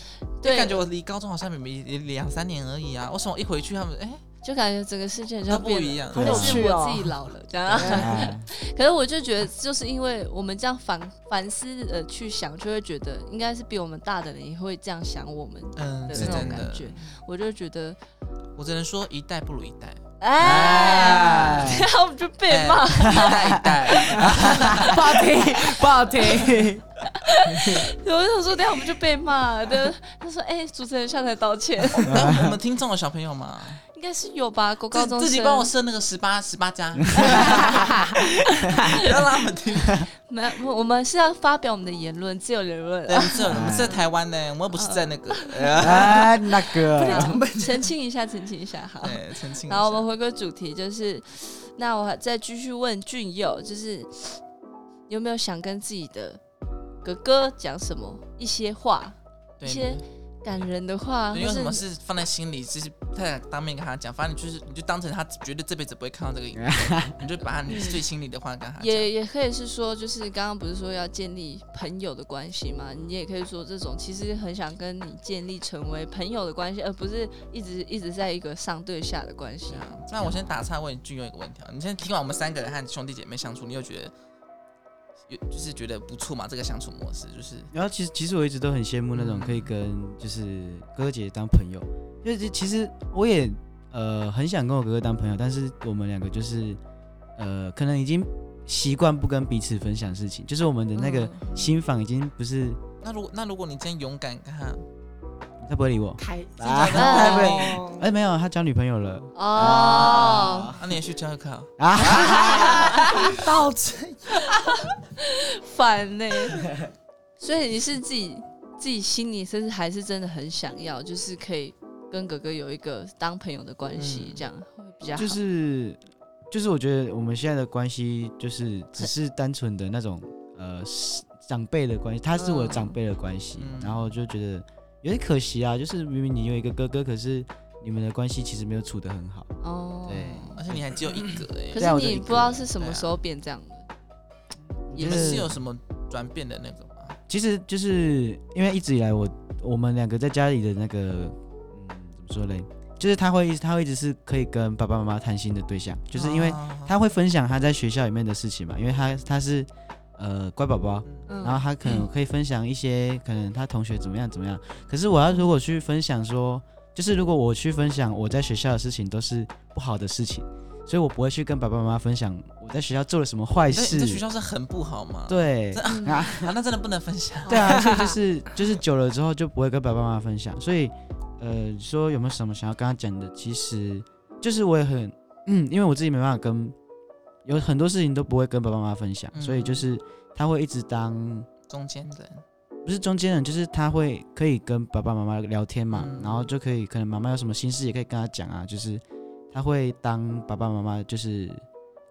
[SPEAKER 2] 就
[SPEAKER 1] 对，
[SPEAKER 2] 感觉我离高中好像也没也两三年而已啊。我从我一回去，他们哎、
[SPEAKER 1] 就感觉整个世界
[SPEAKER 2] 都
[SPEAKER 1] 就
[SPEAKER 2] 不
[SPEAKER 1] 变了
[SPEAKER 2] 一样
[SPEAKER 1] 可
[SPEAKER 4] 好有
[SPEAKER 1] 是
[SPEAKER 3] 趣哦
[SPEAKER 1] 我自己老了，这样。啊
[SPEAKER 4] 哎
[SPEAKER 1] 可是我就觉得，就是因为我们这样反反思呃去想，就会觉得应该是比我们大的人也会这样想我们。
[SPEAKER 2] 嗯，
[SPEAKER 1] 对
[SPEAKER 2] 是
[SPEAKER 1] 那种
[SPEAKER 2] 真
[SPEAKER 1] 感
[SPEAKER 2] 的。
[SPEAKER 1] 觉我就觉得，
[SPEAKER 2] 我只能说一代不如一代，
[SPEAKER 1] 哎， 然后就被骂。
[SPEAKER 2] 哎一代一代。
[SPEAKER 3] 不好听，不好听。
[SPEAKER 1] 我就想说，等一下我们就被骂的。他说：“哎、主持人下台道歉，
[SPEAKER 2] 哎我们听众有小朋 友吗？
[SPEAKER 1] 应该是有吧？国高
[SPEAKER 2] 自
[SPEAKER 1] 中
[SPEAKER 2] 自己
[SPEAKER 1] 生
[SPEAKER 2] 帮我设那个十八十八加，不要让他们听。
[SPEAKER 1] 没有，我我们是要发表我们的言论，自由言论
[SPEAKER 2] 对，，我们是我们是在台湾呢，我们又不是在那个。
[SPEAKER 4] 哎，那个
[SPEAKER 1] 澄清一下，澄清一下， 好。
[SPEAKER 2] 哦 对，哎澄清一下。
[SPEAKER 1] 然后我们回归主题，就是那我还再继续问俊佑，就是有没有想跟自己的哥哥讲什么一些话，一
[SPEAKER 2] 对
[SPEAKER 1] 些感人的话，
[SPEAKER 2] 对因为什
[SPEAKER 1] 或
[SPEAKER 2] 么
[SPEAKER 1] 是
[SPEAKER 2] 事放在心里，就是不太敢当面跟他讲，反正你就是你就当成他绝对这辈子不会看到这个影片， 你就把他你最心里的话跟他讲。
[SPEAKER 1] 也也可以是说，就是刚刚不是说要建立朋友的关系嘛？你也可以说这种其实很想跟你建立成为朋友的关系，而不是一直一直在一个上对下的关系
[SPEAKER 2] 对。啊那我先打岔问俊佑一个问题啊，你现在听完我们三个人和兄弟姐妹相处，你有觉得有就是觉得不错嘛？这个相处模式就是
[SPEAKER 4] 然后其实其实我一直都很羡慕那种可以跟就是哥哥姐姐当朋友，就是其实我也呃很想跟我哥哥当朋友，但是我们两个就是呃可能已经习惯不跟彼此分享事情，就是我
[SPEAKER 2] 啊
[SPEAKER 4] 们的那个
[SPEAKER 1] 嗯
[SPEAKER 4] 心房已经不是
[SPEAKER 2] 那如果那如果你今天勇敢跟他，
[SPEAKER 4] 他不会理我，
[SPEAKER 5] 开
[SPEAKER 4] 啊
[SPEAKER 5] 真的
[SPEAKER 1] 哎
[SPEAKER 4] 不
[SPEAKER 5] 哦
[SPEAKER 4] 哎没有他交女朋友了
[SPEAKER 1] 嗯哦，
[SPEAKER 2] 那你也去教一 课，
[SPEAKER 4] 啊，
[SPEAKER 3] 到这，
[SPEAKER 1] 烦呢、 所以你是自己自己心里，甚至还是真的很想要，就是可以跟哥哥有一个当朋友的关系
[SPEAKER 2] 嗯，
[SPEAKER 1] 这样会比较好。
[SPEAKER 4] 就是就是我觉得我们现在的关系就是只是单纯的那种呃是长辈的关系，他是我的长辈的关系，
[SPEAKER 2] 嗯
[SPEAKER 4] 然后就觉得有点可惜啊，就是明明你有一个哥哥，可是你们的关系其实没有处得很好，
[SPEAKER 1] 哦，
[SPEAKER 4] 对
[SPEAKER 2] 而且你还只有一个哎、
[SPEAKER 1] 可
[SPEAKER 4] 对啊我
[SPEAKER 1] 是
[SPEAKER 4] 就一
[SPEAKER 1] 你
[SPEAKER 4] 个
[SPEAKER 1] 不知道是什么时候变这样的。
[SPEAKER 2] 你
[SPEAKER 4] 就
[SPEAKER 2] 们是有
[SPEAKER 4] 是
[SPEAKER 2] 什么转变的那个吗？
[SPEAKER 4] 其实就是因为一直以来我我们两个在家里的那个嗯怎么说嘞，就是他会一直他会一直是可以跟爸爸妈妈谈心的对象，就是因为
[SPEAKER 2] 啊
[SPEAKER 4] 他会分享他在学校里面的事情嘛，因为他他是呃乖宝宝。
[SPEAKER 1] 嗯
[SPEAKER 4] 然后他可能可以分享一些，可能他同学怎么样怎么样。可是我要如果去分享说，就是如果我去分享我在学校的事情，都是不好的事情，所以我不会去跟爸爸妈妈分享我在学校做了什么坏
[SPEAKER 2] 你在你
[SPEAKER 4] 事
[SPEAKER 2] 在。学校是很不好吗？
[SPEAKER 4] 对，
[SPEAKER 1] 嗯
[SPEAKER 2] 啊，那真的不能分享。
[SPEAKER 4] 对啊，所以就是就是久了之后就不会跟爸爸妈妈分享，所以呃，说有没有什么想要跟他讲的，其实就是我也很，嗯，因为我自己没办法跟，有很多事情都不会跟爸爸妈妈分享，所以就是他会一直当
[SPEAKER 2] 中间人，
[SPEAKER 4] 不是中间人，就是他会可以跟爸爸妈妈聊天嘛，
[SPEAKER 2] 嗯
[SPEAKER 4] 然后就可以可能妈妈有什么心事也可以跟他讲啊，就是他会当爸爸妈妈就是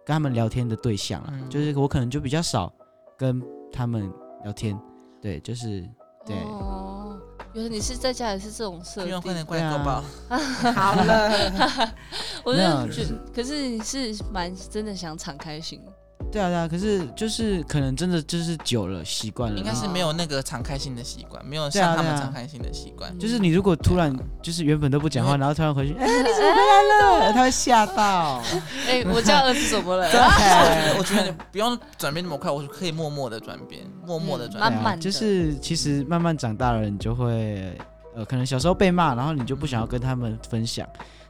[SPEAKER 4] 跟他们聊天的对象啊，
[SPEAKER 2] 嗯
[SPEAKER 4] 就是我可能就比较少跟他们聊天，对，就是对。
[SPEAKER 1] 哦，原来你是在家也是这种设
[SPEAKER 2] 希望快
[SPEAKER 1] 定
[SPEAKER 2] 点，快
[SPEAKER 4] 啊
[SPEAKER 2] 点够爆。
[SPEAKER 5] 好了，
[SPEAKER 1] 我
[SPEAKER 4] 没有啊
[SPEAKER 1] 就觉得，可是你是蛮真的想敞开 心，
[SPEAKER 4] 对啊，对啊，可是就是可能真的就是久了习惯了，
[SPEAKER 2] 应该是没有那个敞开心的习惯，没有像他们敞开心的习惯。
[SPEAKER 4] 啊 就是你如果突然
[SPEAKER 2] 对啊
[SPEAKER 4] 就是原本都不讲话，
[SPEAKER 2] 因为
[SPEAKER 4] 然后突 然回去，哎，你怎么回来了？他会吓到。
[SPEAKER 1] 哎、我家儿子怎么 了？
[SPEAKER 2] 我觉得不用转变那么快，我可以默默的转变，默默的
[SPEAKER 1] 嗯
[SPEAKER 2] 转
[SPEAKER 4] 对
[SPEAKER 1] 慢
[SPEAKER 2] 变。
[SPEAKER 4] 啊，
[SPEAKER 1] 慢的
[SPEAKER 4] 就是其实慢慢长大了，你就会呃，可能小时候被骂，然后你就不想要跟他们分享。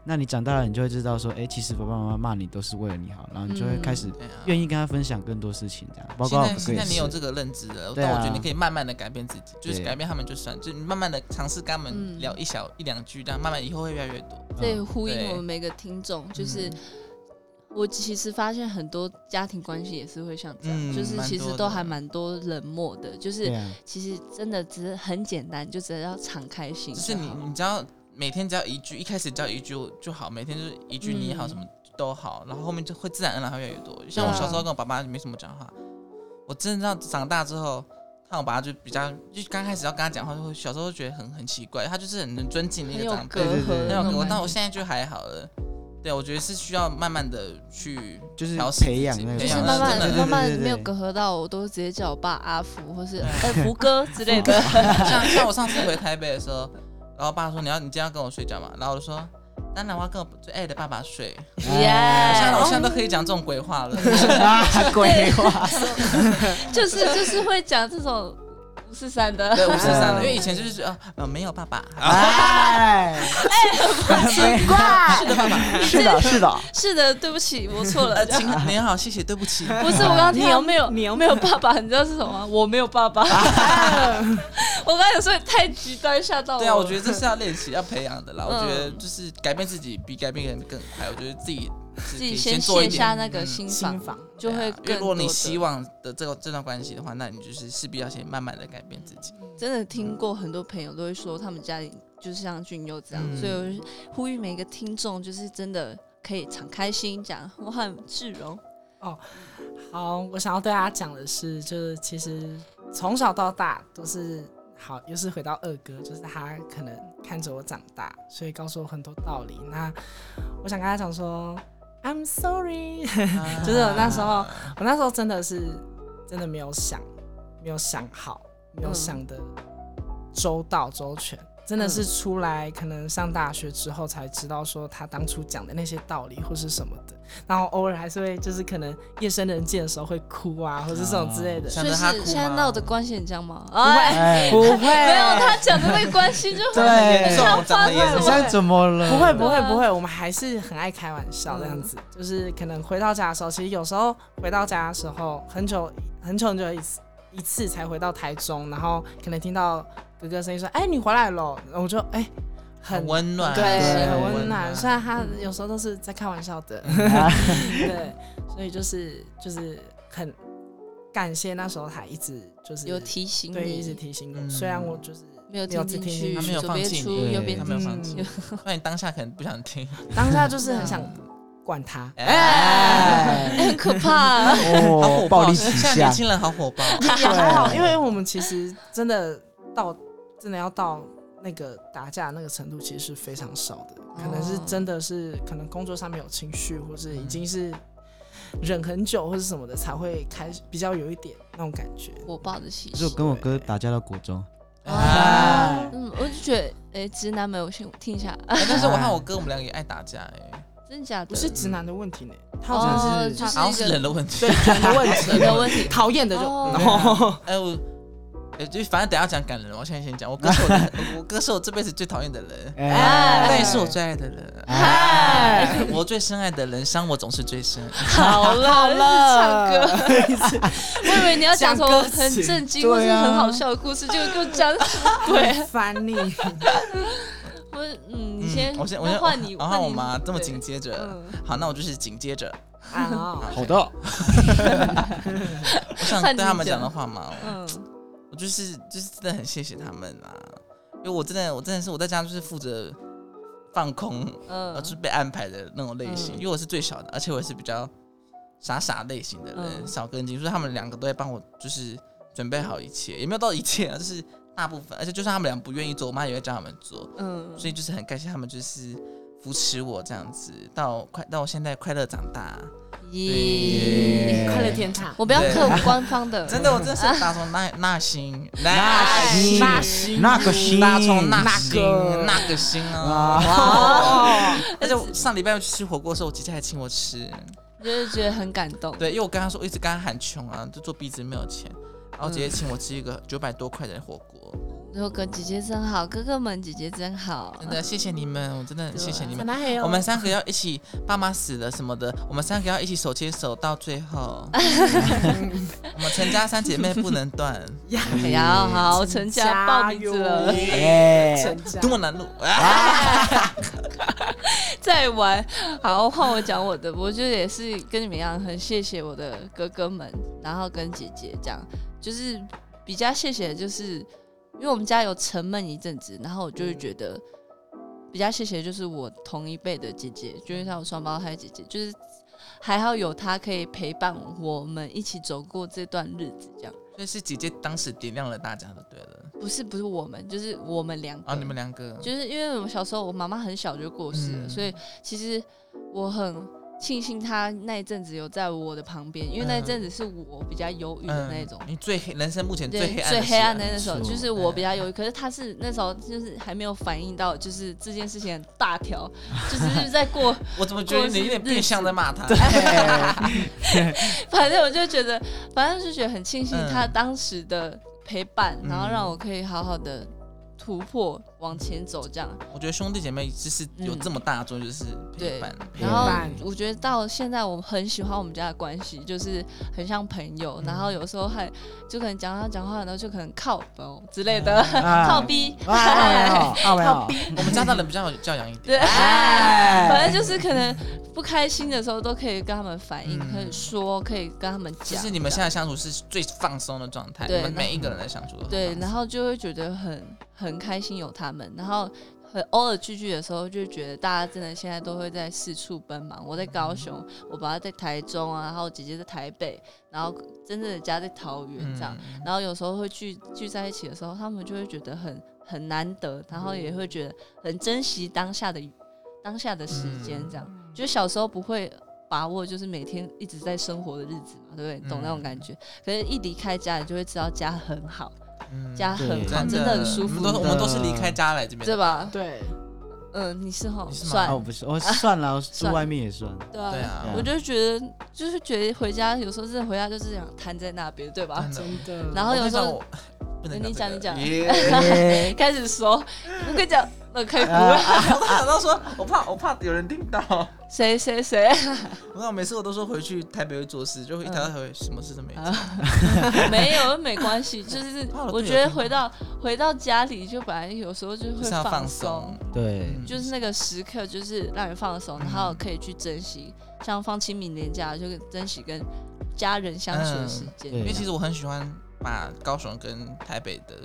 [SPEAKER 4] 那你长大了，你就会知道说，哎，其实爸爸妈妈骂你都是为了你好，然后你就会开
[SPEAKER 1] 嗯
[SPEAKER 4] 始
[SPEAKER 2] 对啊
[SPEAKER 4] 愿意跟他分享更多事情，这样。包
[SPEAKER 2] 现
[SPEAKER 4] 括我
[SPEAKER 2] 在
[SPEAKER 4] 哥
[SPEAKER 2] 现
[SPEAKER 4] 也
[SPEAKER 2] 在你有这
[SPEAKER 4] 是。
[SPEAKER 2] 个认知了，
[SPEAKER 4] 对啊
[SPEAKER 2] 但我觉得你可以慢慢的改变自己，就是
[SPEAKER 4] 对
[SPEAKER 2] 改变他们就算，就你慢慢的尝试跟他们
[SPEAKER 1] 嗯
[SPEAKER 2] 聊一小一两句，这样慢慢以后会越来越多。
[SPEAKER 1] 这也
[SPEAKER 4] 嗯
[SPEAKER 1] 呼应
[SPEAKER 2] 对
[SPEAKER 1] 我们每个听众，就是我其实发现很多家庭关系也是会像这样，
[SPEAKER 2] 嗯
[SPEAKER 1] 就是
[SPEAKER 2] 蛮
[SPEAKER 1] 其实
[SPEAKER 2] 多
[SPEAKER 1] 都
[SPEAKER 2] 的
[SPEAKER 1] 还蛮多冷漠的，就是
[SPEAKER 4] 对啊，
[SPEAKER 1] 其实真的只是很简单，就只要敞开心
[SPEAKER 2] 只
[SPEAKER 1] 就是好
[SPEAKER 2] 你
[SPEAKER 1] 了。
[SPEAKER 2] 你只要每天只要一句，一开始只要一句就好，每天就是一句
[SPEAKER 1] 嗯
[SPEAKER 2] 你好什么都好，然后后面就会自然而然会越来越多。像我
[SPEAKER 1] 对啊
[SPEAKER 2] 小时候跟我爸妈没什么讲话，我真的到长大之后。看我爸就比较，就刚开始要跟他讲话，就会小时候觉得很很奇怪，他就是很能尊敬那
[SPEAKER 1] 很
[SPEAKER 2] 个
[SPEAKER 1] 有
[SPEAKER 2] 长辈
[SPEAKER 1] 隔，
[SPEAKER 4] 对对
[SPEAKER 1] 阂
[SPEAKER 4] 对
[SPEAKER 1] 那
[SPEAKER 2] 那
[SPEAKER 1] 种
[SPEAKER 2] 我
[SPEAKER 1] 感
[SPEAKER 2] 但
[SPEAKER 1] 觉，
[SPEAKER 2] 我现在就还好了。对，我觉得是需要慢慢的去
[SPEAKER 4] 就是
[SPEAKER 2] 调试
[SPEAKER 4] 培
[SPEAKER 2] 自
[SPEAKER 4] 养
[SPEAKER 2] 己
[SPEAKER 4] 那个
[SPEAKER 1] 就
[SPEAKER 2] 培
[SPEAKER 1] 是
[SPEAKER 2] 养
[SPEAKER 1] 慢
[SPEAKER 2] 真
[SPEAKER 1] 慢
[SPEAKER 2] 的
[SPEAKER 4] 对对
[SPEAKER 1] 慢慢
[SPEAKER 4] 对对
[SPEAKER 1] 没有隔阂到我，我都直接叫我爸阿福或是呃福哥之类的。
[SPEAKER 2] 像 像我上次回台北的时候，然后我爸说你要你今天要跟我睡觉嘛，然后我就说当然我要跟我最爱的爸爸睡。我现在我
[SPEAKER 1] 耶，
[SPEAKER 2] 现在都可以讲这种鬼话了，
[SPEAKER 1] 嗯
[SPEAKER 4] 啊，鬼话。
[SPEAKER 1] 就是就是会讲这种五四三的，
[SPEAKER 2] 对，五十三了，
[SPEAKER 4] 嗯
[SPEAKER 2] 因为以前就是啊呃没有爸爸，
[SPEAKER 3] 啊
[SPEAKER 4] 啊 哎，
[SPEAKER 5] 奇怪，
[SPEAKER 4] 是的，是的，
[SPEAKER 1] 是的，对不起，我错了
[SPEAKER 2] 呃。亲你好谢谢对不起，
[SPEAKER 1] 不是我刚刚听到
[SPEAKER 5] 牛
[SPEAKER 1] 没有
[SPEAKER 5] 牛
[SPEAKER 1] 没有爸爸，你知道是什么吗？我没有爸爸。 我刚才有时候也太极端吓到我。
[SPEAKER 2] 对啊，我觉得这是要练习要培养的啦，我觉
[SPEAKER 1] 嗯
[SPEAKER 2] 得就是改变自己比改变人更快，我觉得自己自
[SPEAKER 1] 自己
[SPEAKER 2] 先
[SPEAKER 1] 先
[SPEAKER 2] 做一
[SPEAKER 1] 卸
[SPEAKER 2] 点
[SPEAKER 1] 下那个
[SPEAKER 2] 嗯
[SPEAKER 1] 心
[SPEAKER 3] 新
[SPEAKER 1] 防，
[SPEAKER 3] 房
[SPEAKER 1] 就
[SPEAKER 2] 对
[SPEAKER 1] 会
[SPEAKER 2] 啊因为
[SPEAKER 1] 更
[SPEAKER 2] 如
[SPEAKER 1] 多
[SPEAKER 2] 果
[SPEAKER 1] 的。
[SPEAKER 2] 你希望的这个这段关系的话，那你就是势必要先慢慢的改变自己。
[SPEAKER 1] 真的听过很多朋友都会说，他们家里就是像俊佑这样，
[SPEAKER 2] 嗯
[SPEAKER 1] 所以我就呼吁每个听众，就是真的可以敞开心讲，我很自容。
[SPEAKER 3] 好，我想要对大家讲的是，就是其实从小到大都是好，又是回到二哥，就是他可能看着我长大，所以告诉我很多道理。那我想跟他讲说，I'm sorry，就是 我那时候我那时候真的是真的没有想，没有想好，没有想的周到周全，真的是出来可能上大学之后才知道说他当初讲的那些道理或是什么的，然后偶尔还是会就是可能夜深人静的时候会哭啊，或是这种之类的。
[SPEAKER 2] 想
[SPEAKER 1] 所
[SPEAKER 2] 着
[SPEAKER 1] 以
[SPEAKER 2] 他哭吗
[SPEAKER 1] 是现在闹的关系很僵吗？哎，
[SPEAKER 4] 哎，
[SPEAKER 3] 不会，
[SPEAKER 1] 没有他讲的那个关系就 很
[SPEAKER 4] 对
[SPEAKER 1] 像发
[SPEAKER 2] 长得
[SPEAKER 4] 你
[SPEAKER 2] 也
[SPEAKER 1] 生
[SPEAKER 4] 现在
[SPEAKER 1] 什么？
[SPEAKER 4] 怎么了？
[SPEAKER 3] 不会不会
[SPEAKER 1] 对啊
[SPEAKER 3] 不会，我们还是很爱开玩笑这样子。就是可能回到家的时候，其实有时候回到家的时候，很久很久很久一次一次才回到台中，然后可能听到哥哥声音说：“哎，你回来了。”然后我就哎，很
[SPEAKER 2] 很温暖，啊
[SPEAKER 3] 对，
[SPEAKER 4] 对
[SPEAKER 3] 很
[SPEAKER 4] 很
[SPEAKER 3] 温 暖。虽然他有时候都是在开玩笑的，对，所以就是就是很感谢那时候他一直就是
[SPEAKER 1] 有提醒
[SPEAKER 3] 对一直
[SPEAKER 1] 你，
[SPEAKER 3] 提醒我，
[SPEAKER 2] 嗯
[SPEAKER 3] 虽然我就是
[SPEAKER 1] 没有
[SPEAKER 3] 没有
[SPEAKER 1] 听进
[SPEAKER 3] 听
[SPEAKER 1] 去，
[SPEAKER 3] 进去他
[SPEAKER 2] 没有
[SPEAKER 1] 左
[SPEAKER 2] 放
[SPEAKER 1] 边
[SPEAKER 2] 弃
[SPEAKER 1] 出
[SPEAKER 4] 你
[SPEAKER 1] 右
[SPEAKER 4] 对
[SPEAKER 1] 边
[SPEAKER 2] 他
[SPEAKER 1] 进
[SPEAKER 2] 没有放弃
[SPEAKER 1] 嗯，
[SPEAKER 2] 那你当下可能不想听，
[SPEAKER 3] 当下就是很想管他。
[SPEAKER 2] 嗯哎，
[SPEAKER 1] 哎很可怕啊。
[SPEAKER 2] 好火
[SPEAKER 4] 哦，
[SPEAKER 2] 爆，
[SPEAKER 4] 暴力取
[SPEAKER 2] 现在
[SPEAKER 4] 向
[SPEAKER 2] 年。轻人好火爆，
[SPEAKER 3] 也还好，因为我们其实真的到真的要到那个打架那个程度，其实是非常少的，可能是真的是可能工作上面有情绪，或是已经是忍很久或是什么的，才会开始比较有一点那种感觉。
[SPEAKER 1] 火爆的气
[SPEAKER 4] 可
[SPEAKER 1] 息
[SPEAKER 4] 是我。跟我哥打架到国中，
[SPEAKER 2] 哎，
[SPEAKER 1] 嗯，我就觉得，哎、直男们，我先听一下，啊、
[SPEAKER 2] 但是我和我哥我们两个也爱打架，哎，
[SPEAKER 1] 真假的？
[SPEAKER 3] 不是直男的问题呢，他好像
[SPEAKER 1] 哦，
[SPEAKER 3] 是
[SPEAKER 1] 就是
[SPEAKER 2] 好像
[SPEAKER 1] 一
[SPEAKER 2] 是
[SPEAKER 1] 个
[SPEAKER 2] 人的问题
[SPEAKER 3] 对，人的问
[SPEAKER 1] 人的
[SPEAKER 3] 题，
[SPEAKER 1] 问题。
[SPEAKER 3] 讨厌的就
[SPEAKER 1] 哦
[SPEAKER 2] 对啊哎我呃就反正等一下讲感人，我现在先讲，我哥是我 我我哥是我这辈子最讨厌的人，
[SPEAKER 4] 哎，
[SPEAKER 2] 但也是我最爱的人。
[SPEAKER 3] 哎，
[SPEAKER 2] 我最深爱的人，伤我总是最深。
[SPEAKER 1] 好了好了，唱歌。
[SPEAKER 3] 歌，
[SPEAKER 1] 我以为你要讲什么
[SPEAKER 3] 讲歌词
[SPEAKER 1] 很震惊或是
[SPEAKER 3] 对啊
[SPEAKER 1] 很好笑的故事，结果给我讲对，
[SPEAKER 3] 烦你，
[SPEAKER 1] 我嗯，你
[SPEAKER 2] 嗯
[SPEAKER 1] 先，
[SPEAKER 2] 我先，我
[SPEAKER 1] 那
[SPEAKER 2] 先
[SPEAKER 1] 换你，
[SPEAKER 2] 我换我
[SPEAKER 1] 你
[SPEAKER 2] 妈，这么
[SPEAKER 1] 对
[SPEAKER 2] 紧接着
[SPEAKER 1] 嗯。
[SPEAKER 2] 好，那我就是紧接着。
[SPEAKER 3] 啊，
[SPEAKER 4] 好的，
[SPEAKER 2] 我 想
[SPEAKER 1] 换
[SPEAKER 2] 对
[SPEAKER 1] 你
[SPEAKER 2] 他们
[SPEAKER 1] 讲
[SPEAKER 2] 讲的话嘛，我
[SPEAKER 1] 嗯，
[SPEAKER 2] 我就是就是真的很谢谢他们啦，因为我真的我真的是我在家就是负责放空，
[SPEAKER 1] 嗯
[SPEAKER 2] 呃，就是被安排的那种类型，
[SPEAKER 1] 嗯
[SPEAKER 2] 因为我是最小的，而且我也是比较傻傻类型的人，
[SPEAKER 1] 嗯
[SPEAKER 2] 少根筋，所以他们两个都在帮我就是准备好一切，也没有到一切啊， 就是大部分，而且就算他们俩不愿意做，我妈也会叫他们做，
[SPEAKER 1] 嗯，
[SPEAKER 2] 所以就是很感谢他们就是扶持我这样子，到快到我现在快乐长大，
[SPEAKER 3] 嗯
[SPEAKER 1] 咦，
[SPEAKER 3] 快乐天堂，
[SPEAKER 1] 我不要
[SPEAKER 2] 对
[SPEAKER 1] 刻 我们官方的，
[SPEAKER 2] 真的，我真的是打从那那 心那
[SPEAKER 1] 那心
[SPEAKER 3] 那心
[SPEAKER 4] 那个心，
[SPEAKER 2] 大葱那
[SPEAKER 3] 那
[SPEAKER 2] 心
[SPEAKER 3] 个
[SPEAKER 2] 那个心啊！
[SPEAKER 4] 啊，
[SPEAKER 3] 哦，
[SPEAKER 2] 而且我上礼拜要去吃火锅的时候，我姐姐还请我吃。
[SPEAKER 1] 就是觉得很感动。
[SPEAKER 2] 对，因为我跟她说，我一直跟她喊穷啊，就做壁纸没有钱，然后姐
[SPEAKER 1] 嗯
[SPEAKER 2] 姐请我吃一个九百多块的火锅，
[SPEAKER 1] 然后哥姐姐真好，哥哥们姐姐真好
[SPEAKER 2] 真，的谢谢你们，我真的很谢谢你
[SPEAKER 3] 可
[SPEAKER 2] 们。
[SPEAKER 3] 能还有
[SPEAKER 2] 我们三个要一起，爸妈死了什么的，我们三个要一起手牵手到最 后。我们陈家三姐妹不能 断，
[SPEAKER 1] 哎呀，
[SPEAKER 2] 嗯
[SPEAKER 1] 好，成家
[SPEAKER 3] 加
[SPEAKER 1] 报名字了，
[SPEAKER 3] 油
[SPEAKER 4] 哎，
[SPEAKER 3] 成家
[SPEAKER 2] 多么难录啊！
[SPEAKER 1] 再玩。好，换我讲我的，我就也是跟你们一样，很谢谢我的哥哥们，然后跟姐姐这样，就是比较谢谢，就是因为我们家有沉闷一阵子，然后我就会觉得比较谢谢，就是我同一辈的姐姐，就是像我双胞胎姐姐，就是还好有她可以陪伴我们一起走过这段日子，这样。
[SPEAKER 2] 所以是姐姐当时点亮了大家的，对了。
[SPEAKER 1] 不是不是我们，就是我们两个。
[SPEAKER 2] 啊，你们两个
[SPEAKER 1] 就是因为我小时候我妈妈很小就过世了，
[SPEAKER 2] 嗯
[SPEAKER 1] 所以其实我很庆幸她那一阵子有在我的旁边，因为那一阵子是我比较忧郁的那种。
[SPEAKER 2] 嗯你最黑人生目前
[SPEAKER 1] 嗯对
[SPEAKER 2] 最黑，暗
[SPEAKER 1] 最黑暗的
[SPEAKER 2] 的
[SPEAKER 1] 那时候，
[SPEAKER 4] 没错
[SPEAKER 1] 就是我比较犹豫，可是她是那时候就是还没有反应到，就是这件事情很大条，就是就是 在过
[SPEAKER 2] 我怎么觉得你有点变相在骂他？
[SPEAKER 1] 反正我就觉得，反正就觉得很庆幸
[SPEAKER 2] 嗯
[SPEAKER 1] 他当时的陪伴，
[SPEAKER 2] 嗯
[SPEAKER 1] 然后让我可以好好的突破往前走这样。
[SPEAKER 2] 我觉得兄弟姐妹就是有
[SPEAKER 1] 嗯
[SPEAKER 2] 这么大的作用，就是陪伴。陪
[SPEAKER 1] 然
[SPEAKER 2] 伴
[SPEAKER 1] 后
[SPEAKER 3] 伴
[SPEAKER 1] 我觉得到现在我很喜欢我们家的关系，就是很像朋
[SPEAKER 4] 嗯
[SPEAKER 1] 友，然后有时候还就可能讲他讲话，然后就可能靠哦之类的，
[SPEAKER 4] 啊
[SPEAKER 1] 靠逼。
[SPEAKER 4] 啊，奥美奥，
[SPEAKER 2] 我们家大人比较有教养一点，
[SPEAKER 1] 对，啊
[SPEAKER 4] 哎
[SPEAKER 1] 反正就是可能不开心的时候都可以跟他们反映，
[SPEAKER 2] 嗯
[SPEAKER 1] 可以说，可以跟他们
[SPEAKER 2] 就
[SPEAKER 1] 讲。
[SPEAKER 2] 是你们现在相处是最放松的状态，
[SPEAKER 1] 对嗯
[SPEAKER 2] 你们每一个人在相处都
[SPEAKER 1] 对，然
[SPEAKER 2] 后
[SPEAKER 1] 后就会觉得很很开心有他们，然后很偶尔聚聚的时候，就觉得大家真的现在都会在四处奔忙。我在高雄，我爸爸在台中啊，然后我姐姐在台北，然后真正的家在桃园这
[SPEAKER 2] 嗯
[SPEAKER 1] 样。然后有时候会聚聚在一起的时候，他们就会觉得很很难得，然后也会觉得很珍惜当下的当下的时间，这样。
[SPEAKER 3] 嗯
[SPEAKER 1] 就小时候不会把握，就是每天一直在生活的日子嘛，对不对？懂那种感觉。可是，一离开家，你就会知道家很好，家很好，
[SPEAKER 2] 嗯真
[SPEAKER 1] 真的很舒服
[SPEAKER 2] 我们，都我们都是离开家来这边，
[SPEAKER 1] 对？吧？
[SPEAKER 3] 对，
[SPEAKER 1] 嗯，你是吼，
[SPEAKER 2] 你是吗
[SPEAKER 1] 算
[SPEAKER 4] 哦，不是，我算了，我住
[SPEAKER 1] 算
[SPEAKER 4] 外面也算，
[SPEAKER 1] 对
[SPEAKER 2] 对
[SPEAKER 1] 啊。
[SPEAKER 2] 啊
[SPEAKER 1] 我，就觉得，就是觉得回家有时候真的回家就是想瘫在那边，对吧？
[SPEAKER 2] 真的。
[SPEAKER 3] 的
[SPEAKER 1] 然后有时 候
[SPEAKER 2] 不能
[SPEAKER 1] 开始说，我跟你讲，呃那开始
[SPEAKER 2] 我想到说，我怕我怕有人听 到。
[SPEAKER 1] 谁谁 谁，
[SPEAKER 2] 我想每次我都说回去台北会做事，就一
[SPEAKER 1] 嗯
[SPEAKER 2] 台到台北什么事都
[SPEAKER 1] 啊
[SPEAKER 2] 没做。
[SPEAKER 1] 没有没关系， 就是
[SPEAKER 2] 怕我
[SPEAKER 1] 我
[SPEAKER 2] 队友
[SPEAKER 1] 觉得
[SPEAKER 2] 听到
[SPEAKER 1] 回到回到家里，就本来有时候就
[SPEAKER 2] 就
[SPEAKER 1] 会
[SPEAKER 2] 是要放
[SPEAKER 1] 松
[SPEAKER 2] 松，，
[SPEAKER 4] 对，
[SPEAKER 2] 嗯
[SPEAKER 1] 就是那个时刻，就是让人放松，然后可以去珍惜，像放清明年假，就珍惜跟家人相处的时间。
[SPEAKER 4] 嗯
[SPEAKER 2] 因为
[SPEAKER 4] 对
[SPEAKER 2] 其实我很喜欢把高雄跟台北的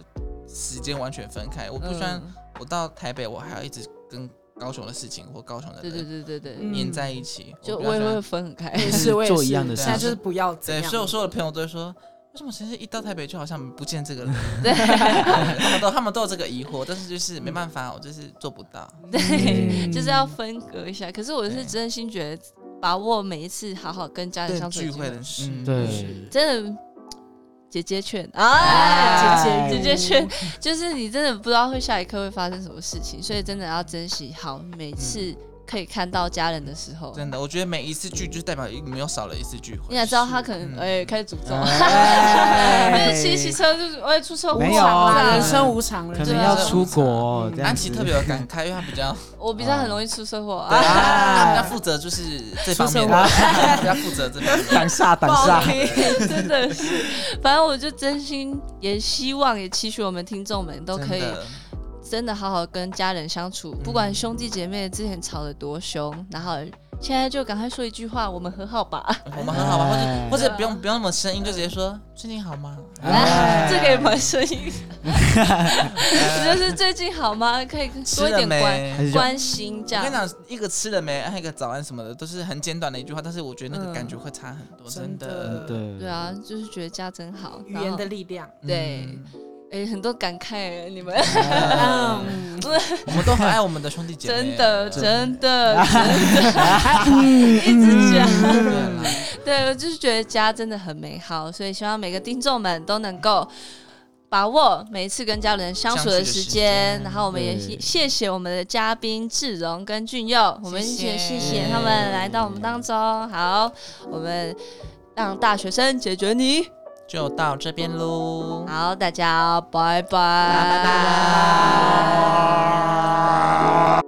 [SPEAKER 2] 时间完全分开，我不喜欢
[SPEAKER 1] 嗯
[SPEAKER 2] 我到台北我还要一直跟高雄的事情或高雄的
[SPEAKER 1] 对对
[SPEAKER 2] 人
[SPEAKER 1] 对对对，
[SPEAKER 3] 嗯
[SPEAKER 2] 黏在一起，
[SPEAKER 1] 就
[SPEAKER 2] 比较
[SPEAKER 1] 我也
[SPEAKER 2] 喜欢嗯
[SPEAKER 1] 会分很开。
[SPEAKER 4] 哎
[SPEAKER 3] 也是我也
[SPEAKER 4] 做
[SPEAKER 3] 是
[SPEAKER 4] 一样的
[SPEAKER 2] 事
[SPEAKER 3] 现在就是不要这
[SPEAKER 2] 对，
[SPEAKER 3] 样，
[SPEAKER 2] 所以我所有的朋友都会说。为什么其实一到台北就好像不见这个人？
[SPEAKER 1] 对
[SPEAKER 2] 他们都他们都有这个疑惑，但是就是没办法，我就是做不到。
[SPEAKER 1] 对，
[SPEAKER 3] 嗯
[SPEAKER 1] 就是要分隔一下。可是我是真心觉得，把握每一次好好跟家人
[SPEAKER 2] 对
[SPEAKER 1] 相处的
[SPEAKER 2] 聚
[SPEAKER 1] 机
[SPEAKER 2] 会
[SPEAKER 1] 会
[SPEAKER 2] 的事，嗯
[SPEAKER 4] 对，
[SPEAKER 1] 真的姐姐劝啊，
[SPEAKER 4] 哎
[SPEAKER 1] 姐姐姐姐劝，就是你真的不知道会下一刻会发生什么事情，所以真的要珍惜好每次可以看到家人的时候，
[SPEAKER 2] 嗯真的，我觉得每一次聚就是代表你们又少了一次聚会。
[SPEAKER 1] 你也知道他可能
[SPEAKER 2] 嗯
[SPEAKER 1] 哎开始诅咒，
[SPEAKER 3] 哎
[SPEAKER 1] 那骑骑车 就是哎出车祸
[SPEAKER 4] 没有
[SPEAKER 1] 啦
[SPEAKER 3] 人生无常，
[SPEAKER 4] 可
[SPEAKER 3] 人
[SPEAKER 4] 能
[SPEAKER 3] 生
[SPEAKER 1] 对啊
[SPEAKER 4] 要出国
[SPEAKER 3] 嗯，
[SPEAKER 4] 这样
[SPEAKER 2] 安
[SPEAKER 4] 子
[SPEAKER 2] 琪特别有感慨，因为 他比较
[SPEAKER 1] 我比较很容易出车祸
[SPEAKER 2] 对
[SPEAKER 1] 啊。
[SPEAKER 2] 他比较负责就是这方面的，比较负责这方面。
[SPEAKER 4] 挡煞挡煞，
[SPEAKER 1] 真的是，反正我就真心也希望，也期许我们听众们都可以
[SPEAKER 2] 真的嗯
[SPEAKER 1] 真的好好跟家人相处，不管兄弟姐妹之前吵得多凶，然后现在就赶快说一句话，我们和好吧。
[SPEAKER 2] 我们很好吧，或者
[SPEAKER 4] 哎
[SPEAKER 2] 或者不用不用那么生硬，就直接说最近好吗？
[SPEAKER 4] 哎
[SPEAKER 1] 这个也蛮声音，就是最近好吗？可以多
[SPEAKER 2] 吃
[SPEAKER 1] 一
[SPEAKER 2] 了
[SPEAKER 1] 点关
[SPEAKER 2] 没？
[SPEAKER 4] 还是就
[SPEAKER 1] 关心这
[SPEAKER 2] 我
[SPEAKER 1] 样
[SPEAKER 2] 跟你。讲，一个吃了没，还有一个早安什么的，都是很简短的一句话，但是我觉得那个感觉会差很多，
[SPEAKER 3] 嗯
[SPEAKER 2] 真
[SPEAKER 3] 真
[SPEAKER 2] 的。
[SPEAKER 4] 呃对
[SPEAKER 1] 对啊，就是觉得家真好，
[SPEAKER 3] 语言的
[SPEAKER 1] 然后
[SPEAKER 3] 力量。
[SPEAKER 1] 对，哎，很多感慨，你们
[SPEAKER 2] 嗯，
[SPEAKER 3] 嗯，
[SPEAKER 2] 我们都很爱我们的兄弟姐妹，
[SPEAKER 1] 真的嗯真的 真的一直讲。
[SPEAKER 4] 啊
[SPEAKER 2] 嗯。
[SPEAKER 1] 对，我就是觉得家真的很美好，所以希望每个听众们都能够把握每一次跟家人相处的时
[SPEAKER 2] 相
[SPEAKER 1] 间。
[SPEAKER 2] 处的时间
[SPEAKER 1] 然后我们也
[SPEAKER 4] 对
[SPEAKER 1] 谢谢谢我们的嘉宾志荣跟俊佑，我们
[SPEAKER 2] 谢
[SPEAKER 1] 也
[SPEAKER 2] 谢
[SPEAKER 1] 谢谢他们来到我们当中。好，我们让大学生解决你。
[SPEAKER 2] 就到这边喽。
[SPEAKER 1] 好，大家拜拜，
[SPEAKER 2] 拜拜